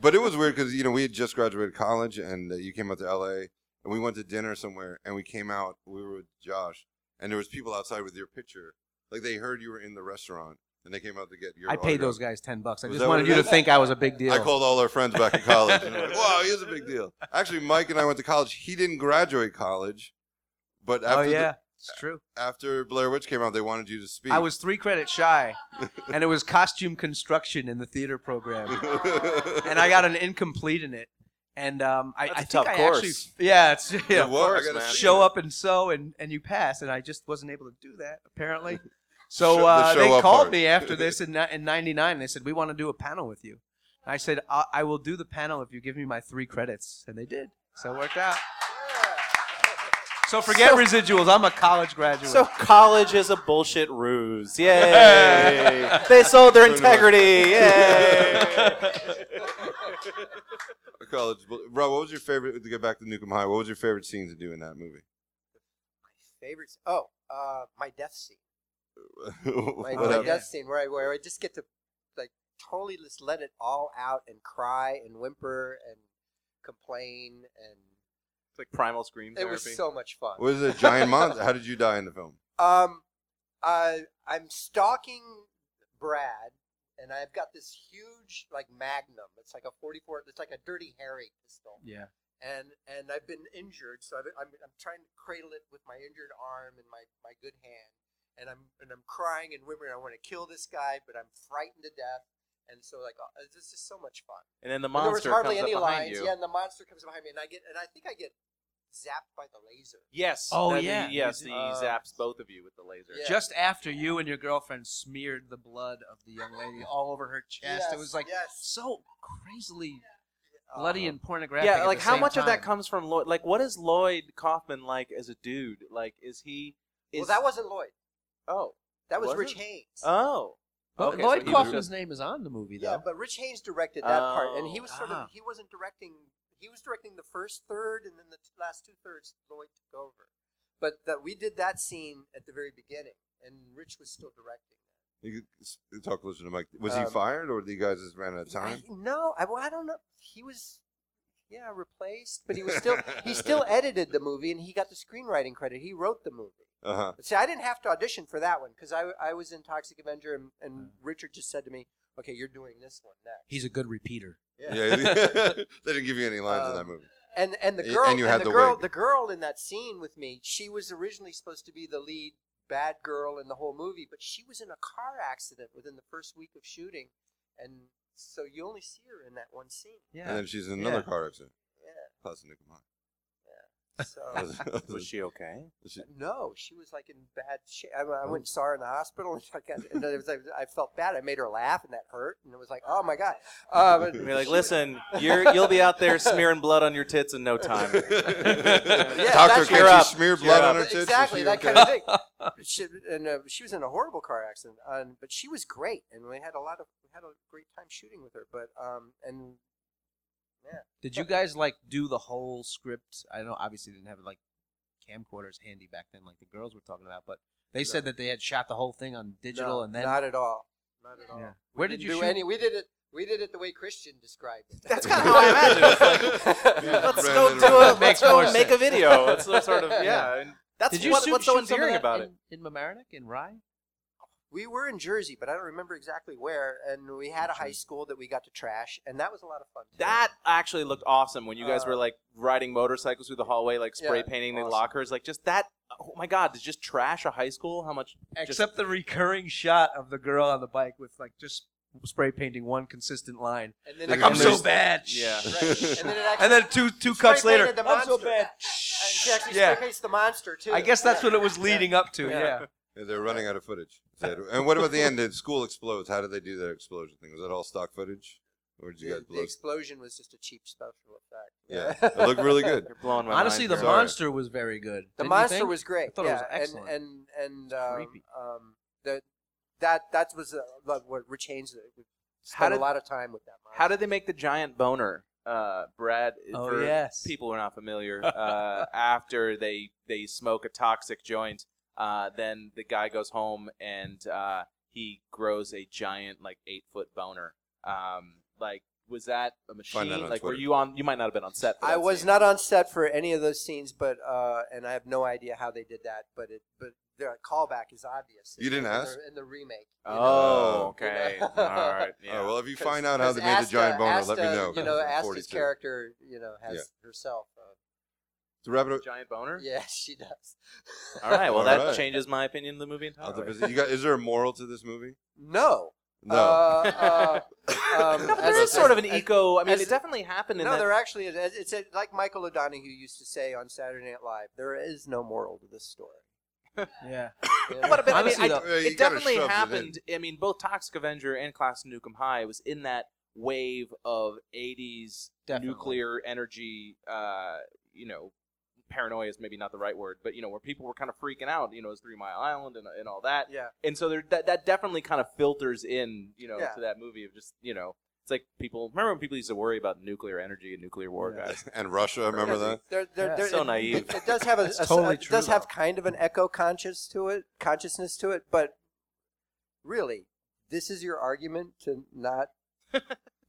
[SPEAKER 2] but it was weird because you know we had just graduated college and uh, you came out to L.A. and we went to dinner somewhere and we came out. We were with Josh and there was people outside with your picture. Like they heard you were in the restaurant and they came out to get your.
[SPEAKER 7] i paid
[SPEAKER 2] autograph.
[SPEAKER 7] those guys 10 bucks i
[SPEAKER 2] Was
[SPEAKER 7] just
[SPEAKER 2] that
[SPEAKER 7] wanted
[SPEAKER 2] what
[SPEAKER 7] you
[SPEAKER 2] it
[SPEAKER 7] to
[SPEAKER 2] is?
[SPEAKER 7] think i was a big deal
[SPEAKER 2] I called all our friends back in college. And we're like, wow, he is a big deal. Actually, Mike and I went to college. He didn't graduate college, but after
[SPEAKER 7] oh
[SPEAKER 2] the-
[SPEAKER 7] yeah it's true
[SPEAKER 2] after Blair Witch came out, they wanted you to speak.
[SPEAKER 7] i was three credits shy and it was costume construction in the theater program and I got an incomplete in it. And um, I, I
[SPEAKER 3] That's a
[SPEAKER 7] think
[SPEAKER 3] tough
[SPEAKER 7] I
[SPEAKER 3] course.
[SPEAKER 7] actually, yeah, it's yeah,
[SPEAKER 2] It was,
[SPEAKER 7] I gotta
[SPEAKER 2] man.
[SPEAKER 7] show up and sew and and you pass, and I just wasn't able to do that apparently.
[SPEAKER 2] Show-
[SPEAKER 7] So
[SPEAKER 2] the
[SPEAKER 7] uh,
[SPEAKER 2] show
[SPEAKER 7] they
[SPEAKER 2] up
[SPEAKER 7] called
[SPEAKER 2] part.
[SPEAKER 7] me after this in ni- in '99. They said we want to do a panel with you. And I said I-, I will do the panel if you give me my three credits, and they did. So it worked out. So forget
[SPEAKER 3] So-
[SPEAKER 7] residuals. I'm a college graduate.
[SPEAKER 3] So college is a bullshit ruse. Yay! they sold their integrity. Yay!
[SPEAKER 2] A college. bu- Rob, what was your favorite? To get back to Nukem High, what was your favorite scene to do in that movie?
[SPEAKER 8] Favorites. Oh, uh, my death scene. My,
[SPEAKER 2] What
[SPEAKER 8] my
[SPEAKER 2] happened?
[SPEAKER 8] death scene where I where I just get to like totally just let it all out and cry and whimper and complain and
[SPEAKER 3] It's like primal scream
[SPEAKER 8] it
[SPEAKER 3] therapy.
[SPEAKER 8] was so much fun.
[SPEAKER 2] Was it a giant monster? How did you die in the film?
[SPEAKER 8] Um, uh, I'm stalking Brad, and I've got this huge like Magnum. It's like a 44. It's like a Dirty Harry pistol.
[SPEAKER 7] Yeah.
[SPEAKER 8] And and I've been injured, so I've, I'm I'm trying to cradle it with my injured arm and my my good hand, and I'm and I'm crying and whimpering. I want to kill this guy, but I'm frightened to death. And so like uh, this is so much fun.
[SPEAKER 3] and then the
[SPEAKER 8] But
[SPEAKER 3] monster
[SPEAKER 8] there was hardly
[SPEAKER 3] comes
[SPEAKER 8] any
[SPEAKER 3] up behind
[SPEAKER 8] lines.
[SPEAKER 3] you.
[SPEAKER 8] Yeah, and the monster comes behind me, and I get and I think I get zapped by the laser.
[SPEAKER 3] Yes.
[SPEAKER 7] Oh,
[SPEAKER 3] that-
[SPEAKER 7] yeah.
[SPEAKER 3] He, yes,
[SPEAKER 7] He's-
[SPEAKER 3] he
[SPEAKER 7] uh,
[SPEAKER 3] zaps both of you with the laser.
[SPEAKER 8] Yeah.
[SPEAKER 7] Just after you and your girlfriend smeared the blood of the young lady all over her chest, it
[SPEAKER 8] Yes,
[SPEAKER 7] was like
[SPEAKER 8] yes.
[SPEAKER 7] so crazily bloody and pornographic.
[SPEAKER 3] Uh, Yeah,
[SPEAKER 7] at
[SPEAKER 3] like
[SPEAKER 7] the
[SPEAKER 3] how
[SPEAKER 7] same
[SPEAKER 3] much of that
[SPEAKER 7] time.
[SPEAKER 3] comes from Lloyd? Like, what is Lloyd Kaufman like as a dude? Like, is he? Is,
[SPEAKER 8] Well, that wasn't Lloyd.
[SPEAKER 3] oh
[SPEAKER 8] That was,
[SPEAKER 3] Was
[SPEAKER 8] Rich
[SPEAKER 3] it?
[SPEAKER 8] Haynes.
[SPEAKER 3] oh.
[SPEAKER 7] But
[SPEAKER 3] Okay, so
[SPEAKER 7] Lloyd
[SPEAKER 3] he was
[SPEAKER 7] Kaufman's
[SPEAKER 3] just-
[SPEAKER 7] name is on the movie, though.
[SPEAKER 8] yeah, but Rich Haynes directed that part, and he
[SPEAKER 3] Oh,
[SPEAKER 8] was sort
[SPEAKER 7] ah.
[SPEAKER 8] of he wasn't directing. He was directing the first third, and then the t- last two thirds Lloyd took over. But that we did that scene at the very beginning, and Rich was still directing.
[SPEAKER 2] You could s- talk closer to the mic. Was he
[SPEAKER 8] Um,
[SPEAKER 2] fired, or did you guys just ran out of
[SPEAKER 8] I-
[SPEAKER 2] time?
[SPEAKER 8] no, I, well, I don't know. He was, yeah, replaced, but he was still he still edited the movie, and he got the screenwriting credit. He wrote the movie.
[SPEAKER 2] Uh huh.
[SPEAKER 8] But see, I didn't have to audition for that one because I, I was in Toxic Avenger, and, and Richard just said to me, "Okay, you're doing this one next."
[SPEAKER 7] He's a good repeater.
[SPEAKER 2] Yeah, they didn't give you any lines in that
[SPEAKER 8] Um,
[SPEAKER 2] movie.
[SPEAKER 8] and and the
[SPEAKER 2] And-
[SPEAKER 8] girl
[SPEAKER 2] and you had
[SPEAKER 8] the,
[SPEAKER 2] the
[SPEAKER 8] girl
[SPEAKER 2] wig.
[SPEAKER 8] the girl in that scene with me she was originally supposed to be the lead bad girl in the whole movie but she was in a car accident within the first week of shooting and so you only see her in that one scene
[SPEAKER 2] And then she's in another
[SPEAKER 7] Yeah.
[SPEAKER 2] car accident.
[SPEAKER 8] yeah
[SPEAKER 2] That's Nukem
[SPEAKER 8] so
[SPEAKER 2] High.
[SPEAKER 3] Was she okay?
[SPEAKER 2] She-
[SPEAKER 8] no she was like in bad shape I, I went and saw her in the hospital and, I, got, and it was like, I felt bad I made her laugh and that hurt and it was like oh my god uh, but
[SPEAKER 3] I mean, like, listen, you're you'll be out there smearing blood on your tits in no time.
[SPEAKER 8] Yeah,
[SPEAKER 2] Doctor,
[SPEAKER 8] that's- Cheer
[SPEAKER 2] can
[SPEAKER 3] up,
[SPEAKER 2] she smear
[SPEAKER 3] cheer
[SPEAKER 2] blood
[SPEAKER 3] up.
[SPEAKER 2] on her tits? Was
[SPEAKER 8] Exactly,
[SPEAKER 2] she
[SPEAKER 8] that
[SPEAKER 2] okay?
[SPEAKER 8] kind of thing. she, and uh, she was in a horrible car accident, um, but she was great, and we had a lot of we had a great time shooting with her. But um, and
[SPEAKER 7] Did you guys like do the whole script? I know obviously they didn't have like camcorders handy back then, like the girls were talking about, but they said that they had shot the whole thing on digital
[SPEAKER 8] no,
[SPEAKER 7] and then.
[SPEAKER 8] not at all, not at all.
[SPEAKER 7] Yeah.
[SPEAKER 8] We
[SPEAKER 7] Where did
[SPEAKER 8] didn't
[SPEAKER 7] you
[SPEAKER 8] do
[SPEAKER 7] shoot?
[SPEAKER 8] any? We did it. We did it the way Christian described it.
[SPEAKER 3] That's kinda how I imagine it. It's Let's
[SPEAKER 2] Ran
[SPEAKER 3] go
[SPEAKER 2] it
[SPEAKER 3] do
[SPEAKER 2] around.
[SPEAKER 3] a let's
[SPEAKER 7] That makes
[SPEAKER 3] go
[SPEAKER 7] more
[SPEAKER 3] make a
[SPEAKER 7] sense.
[SPEAKER 3] video. It's some sort of yeah. and that's
[SPEAKER 7] Did you
[SPEAKER 3] what,
[SPEAKER 7] shoot,
[SPEAKER 3] what's so
[SPEAKER 7] shoot some of
[SPEAKER 3] endearing
[SPEAKER 7] that
[SPEAKER 3] about it.
[SPEAKER 7] in, in Mamaroneck in Rye?
[SPEAKER 8] we were in Jersey, but I don't remember exactly where. And we had a high school that we got to trash, and that was a lot of fun. too.
[SPEAKER 3] That actually looked awesome when you guys
[SPEAKER 8] Uh,
[SPEAKER 3] were like riding motorcycles through the hallway, like spray
[SPEAKER 8] yeah,
[SPEAKER 3] painting the
[SPEAKER 8] awesome.
[SPEAKER 3] lockers. Like just that. Oh my God! To just trash a high school. How much? just-
[SPEAKER 7] Except the recurring shot of the girl on the bike with like just spray painting one consistent line.
[SPEAKER 8] and then
[SPEAKER 7] Like
[SPEAKER 8] it
[SPEAKER 7] I'm
[SPEAKER 2] And
[SPEAKER 7] so
[SPEAKER 2] there's-
[SPEAKER 7] bad.
[SPEAKER 3] Yeah.
[SPEAKER 8] Right. And then it actually
[SPEAKER 7] And then two two cuts
[SPEAKER 8] spray painted
[SPEAKER 7] later,
[SPEAKER 8] the
[SPEAKER 7] I'm so
[SPEAKER 8] monster.
[SPEAKER 7] bad.
[SPEAKER 8] And she actually
[SPEAKER 7] Yeah.
[SPEAKER 8] spray paints the monster too.
[SPEAKER 7] I guess that's
[SPEAKER 8] Yeah.
[SPEAKER 7] what it was leading up to.
[SPEAKER 8] Yeah.
[SPEAKER 7] Yeah.
[SPEAKER 2] Yeah, they're running out of footage. Said- And what about the end? The school explodes. How did they do that explosion thing? Was that all stock footage, or did you
[SPEAKER 8] The,
[SPEAKER 2] guys
[SPEAKER 8] the
[SPEAKER 2] blow?
[SPEAKER 8] explosion was just a cheap special effect.
[SPEAKER 2] Yeah, it looked really good.
[SPEAKER 3] You're blowing my
[SPEAKER 7] Honestly, the
[SPEAKER 3] mind.
[SPEAKER 2] Sorry.
[SPEAKER 7] monster was very good. Didn't
[SPEAKER 8] The
[SPEAKER 7] you
[SPEAKER 8] monster
[SPEAKER 7] think?
[SPEAKER 8] was great.
[SPEAKER 7] I thought it
[SPEAKER 8] yeah,
[SPEAKER 7] was excellent.
[SPEAKER 8] And and, and um,
[SPEAKER 7] creepy.
[SPEAKER 8] um, the, that that was uh, like what Rich Haynes uh, we
[SPEAKER 3] How
[SPEAKER 8] spent
[SPEAKER 3] did
[SPEAKER 8] a lot of time with that. Monster.
[SPEAKER 3] how did they make the giant boner? Uh, Brad.
[SPEAKER 7] Oh,
[SPEAKER 3] for
[SPEAKER 7] yes.
[SPEAKER 3] People who are not familiar. Uh, after they they smoke a toxic joint, uh, then the guy goes home and uh, he grows a giant like eight foot boner. Um, like was that a machine?
[SPEAKER 2] Find that on
[SPEAKER 3] like were
[SPEAKER 2] Twitter.
[SPEAKER 3] you on? You might not have been on set. For
[SPEAKER 8] I
[SPEAKER 3] that
[SPEAKER 8] was
[SPEAKER 3] scene.
[SPEAKER 8] not on set for any of those scenes, but uh, and I have no idea how they did that. But it but their callback is obvious.
[SPEAKER 2] You didn't
[SPEAKER 8] in
[SPEAKER 2] ask?
[SPEAKER 8] the, in the remake. you know?
[SPEAKER 3] Oh,
[SPEAKER 2] know.
[SPEAKER 3] okay.
[SPEAKER 8] You know.
[SPEAKER 3] All right. Yeah.
[SPEAKER 2] All right, well, if you
[SPEAKER 8] 'Cause-
[SPEAKER 2] find out how
[SPEAKER 8] 'cause
[SPEAKER 2] they made the
[SPEAKER 8] Asta-
[SPEAKER 2] giant boner, let me
[SPEAKER 8] Asta,
[SPEAKER 2] know.
[SPEAKER 8] You know,
[SPEAKER 2] I'm
[SPEAKER 8] Asta's
[SPEAKER 2] 42.
[SPEAKER 8] character, you know, has herself. Uh,
[SPEAKER 2] To wrap
[SPEAKER 8] Oh,
[SPEAKER 2] it up,
[SPEAKER 3] giant boner.
[SPEAKER 8] yeah, she does.
[SPEAKER 3] All right. Well,
[SPEAKER 2] All
[SPEAKER 3] that
[SPEAKER 2] right.
[SPEAKER 3] changes my opinion of the movie
[SPEAKER 2] I'll have to
[SPEAKER 3] entirely.
[SPEAKER 2] visit- you got- is there a moral to this movie?
[SPEAKER 8] No.
[SPEAKER 2] No.
[SPEAKER 8] Uh, uh,
[SPEAKER 3] No,
[SPEAKER 8] um,
[SPEAKER 3] but there
[SPEAKER 8] as-
[SPEAKER 3] is sort of an
[SPEAKER 8] as-
[SPEAKER 3] eco. I mean,
[SPEAKER 8] as-
[SPEAKER 3] it definitely happened in
[SPEAKER 8] no,
[SPEAKER 3] that
[SPEAKER 8] there actually is. As- It's it's like Michael O'Donoghue used to say on Saturday Night Live. There is no moral to this story.
[SPEAKER 7] Yeah.
[SPEAKER 8] You know?
[SPEAKER 3] What about,
[SPEAKER 7] Honestly,
[SPEAKER 3] I mean, I-
[SPEAKER 7] though-
[SPEAKER 2] Yeah, you
[SPEAKER 3] it
[SPEAKER 2] gotta
[SPEAKER 3] definitely
[SPEAKER 2] shove it in.
[SPEAKER 3] happened. I mean, both Toxic Avenger and Class of Nukem High was in that wave of 80s
[SPEAKER 7] Definitely.
[SPEAKER 3] nuclear energy, uh, you know, paranoia is maybe not the right word, but, you know, where people were kind of freaking out, you know, as Three Mile Island and, and all that.
[SPEAKER 8] yeah,
[SPEAKER 3] And so there, that, that definitely kind of filters in, you know,
[SPEAKER 8] Yeah.
[SPEAKER 3] to that movie of just, you know, It's like people remember when people used to worry about nuclear energy and nuclear war,
[SPEAKER 4] Yeah.
[SPEAKER 3] guys.
[SPEAKER 2] and Russia, remember that?
[SPEAKER 8] They're, they're,
[SPEAKER 4] Yeah.
[SPEAKER 8] they're,
[SPEAKER 3] So
[SPEAKER 8] it-
[SPEAKER 3] naive.
[SPEAKER 8] It, does have a,
[SPEAKER 4] That's
[SPEAKER 8] a-
[SPEAKER 4] totally
[SPEAKER 8] it
[SPEAKER 4] true,
[SPEAKER 8] does have
[SPEAKER 4] though.
[SPEAKER 8] kind of an echo conscious to it, consciousness to it, but really, this is your argument to not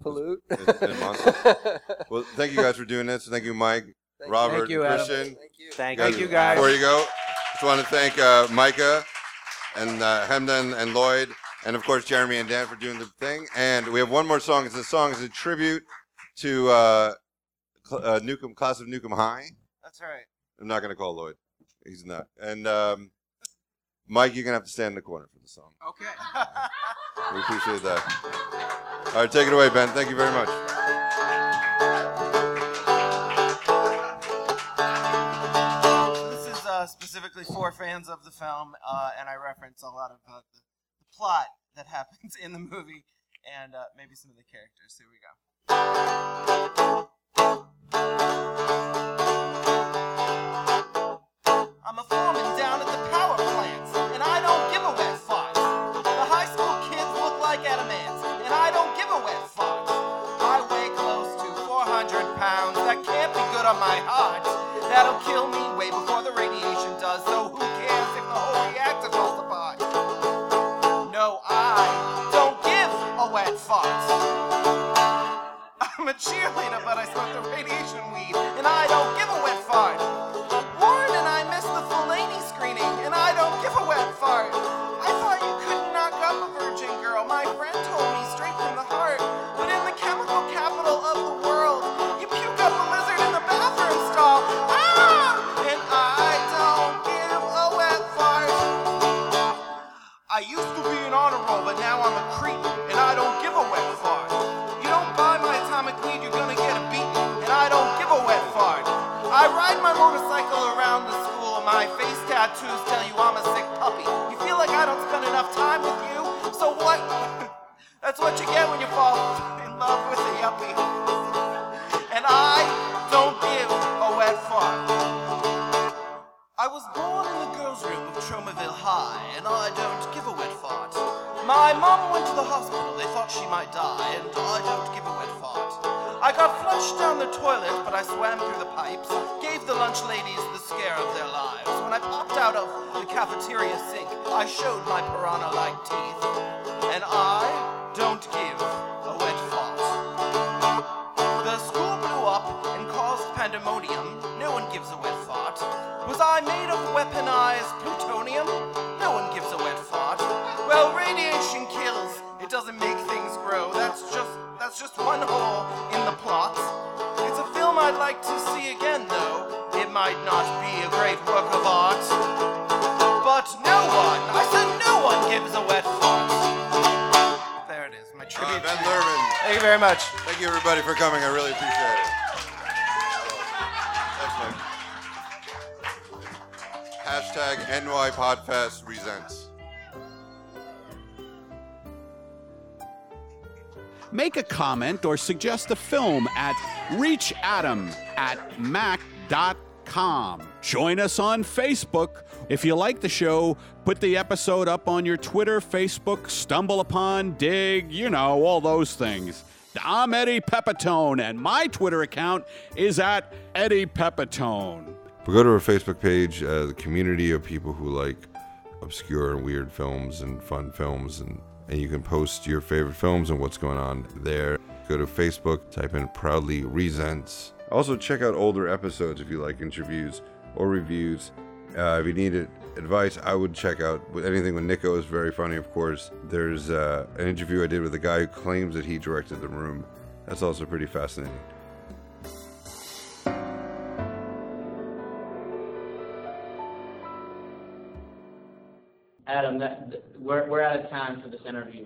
[SPEAKER 8] pollute.
[SPEAKER 2] It's been a
[SPEAKER 8] Thank
[SPEAKER 2] Well, thank you guys for doing this. Thank you, Mike.
[SPEAKER 8] you.
[SPEAKER 2] Robert,
[SPEAKER 4] Thank you, Adam.
[SPEAKER 2] Christian.
[SPEAKER 8] Thank you.
[SPEAKER 3] Thank
[SPEAKER 4] Thank you, guys.
[SPEAKER 2] Before you go, just want to thank uh, Micah and uh, Hemden and Lloyd, and of course Jeremy and Dan for doing the thing. And we have one more song. It's a song. It's a tribute to uh, cl- uh, Newcomb, class of Newcomb High.
[SPEAKER 4] That's all right.
[SPEAKER 2] I'm not gonna call Lloyd. He's not. And um, Mike, you're gonna have to stand in the corner for the song.
[SPEAKER 4] Okay.
[SPEAKER 2] We appreciate that. All right, take it away, Ben. Thank you very much.
[SPEAKER 4] this is uh, specifically for fans of the film, uh, and I reference a lot of uh, the, the plot that happens in the movie and uh, maybe some of the characters. Here we go. I'm a foreman down at the power plant, and I don't give a wet fart. The high school kids look like adamants, and I don't give a wet fart. I weigh close to 400 pounds, that can't be good on my heart. That'll kill me way before the radiation does, so who cares if the whole reactor falls apart? No, I don't give a wet fart. I'm a cheerleader, but I smoke the radiation weed, and I don't give a wet fart. Warren and I missed the Fellaini screening, and I don't give a wet fart. I thought you couldn't knock up a virgin girl. My friend told me straight from the heart. But in the chemical capital of the world, you puke up a lizard in the bathroom stall. Ah! And I don't give a wet fart. I used to be an honor roll, but now I'm a creep, and I don't give a wet fart. You don't buy my atomic weed, you're gonna get a beating, and I don't give a wet fart. I ride my motorcycle around the school, my face tattoos tell you I'm a sick puppy. You feel like I don't spend enough time with you, so what? That's what you get when you fall in love with a yuppie. And I don't give a wet fart. I was born in the girls' room of Tromaville High, and I don't give a wet fart. My mom went to the hospital, they thought she might die, and I don't give a wet fart. I got flushed down the toilet, but I swam through the pipes, gave the lunch ladies the scare of their lives. When I popped out of the cafeteria sink, I showed my piranha like teeth, and I don't give a wet fart. The school blew up and caused pandemonium. No one gives a wet fart. Was I made of weaponized plutonium? No one gives a wet fart. Well, radiation kills. It doesn't make things grow. That's just that's just one hole in the plot. It's a film I'd like to see again, though. It might not be a great work of art. But no one, I said no one gives a wet fart. There it is, my
[SPEAKER 2] Uh,
[SPEAKER 4] tribute.
[SPEAKER 2] ben Lerman,
[SPEAKER 4] Thank you very much.
[SPEAKER 2] thank you everybody for coming. I really appreciate it. Thanks, Mike. Hashtag NY Podfest resents.
[SPEAKER 9] Make a comment or suggest a film at reachadam at mac.com. Join us on Facebook. If you like the show, put the episode up on your Twitter, Facebook, stumble upon, dig, you know, all those things. I'm Eddie Pepitone, and my Twitter account is at Eddie Pepitone.
[SPEAKER 2] But go to our Facebook page, uh, the community of people who like obscure and weird films and fun films, and, and you can post your favorite films and what's going on there. Go to Facebook, type in Proudly Resents. Also, check out older episodes if you like interviews or reviews. Uh, if you needed advice, I would check out with anything with Nico is very funny, of course. There's uh, an interview I did with a guy who claims that he directed The Room. That's also pretty fascinating.
[SPEAKER 7] Adam, that, th- we're, we're out of time for this interview.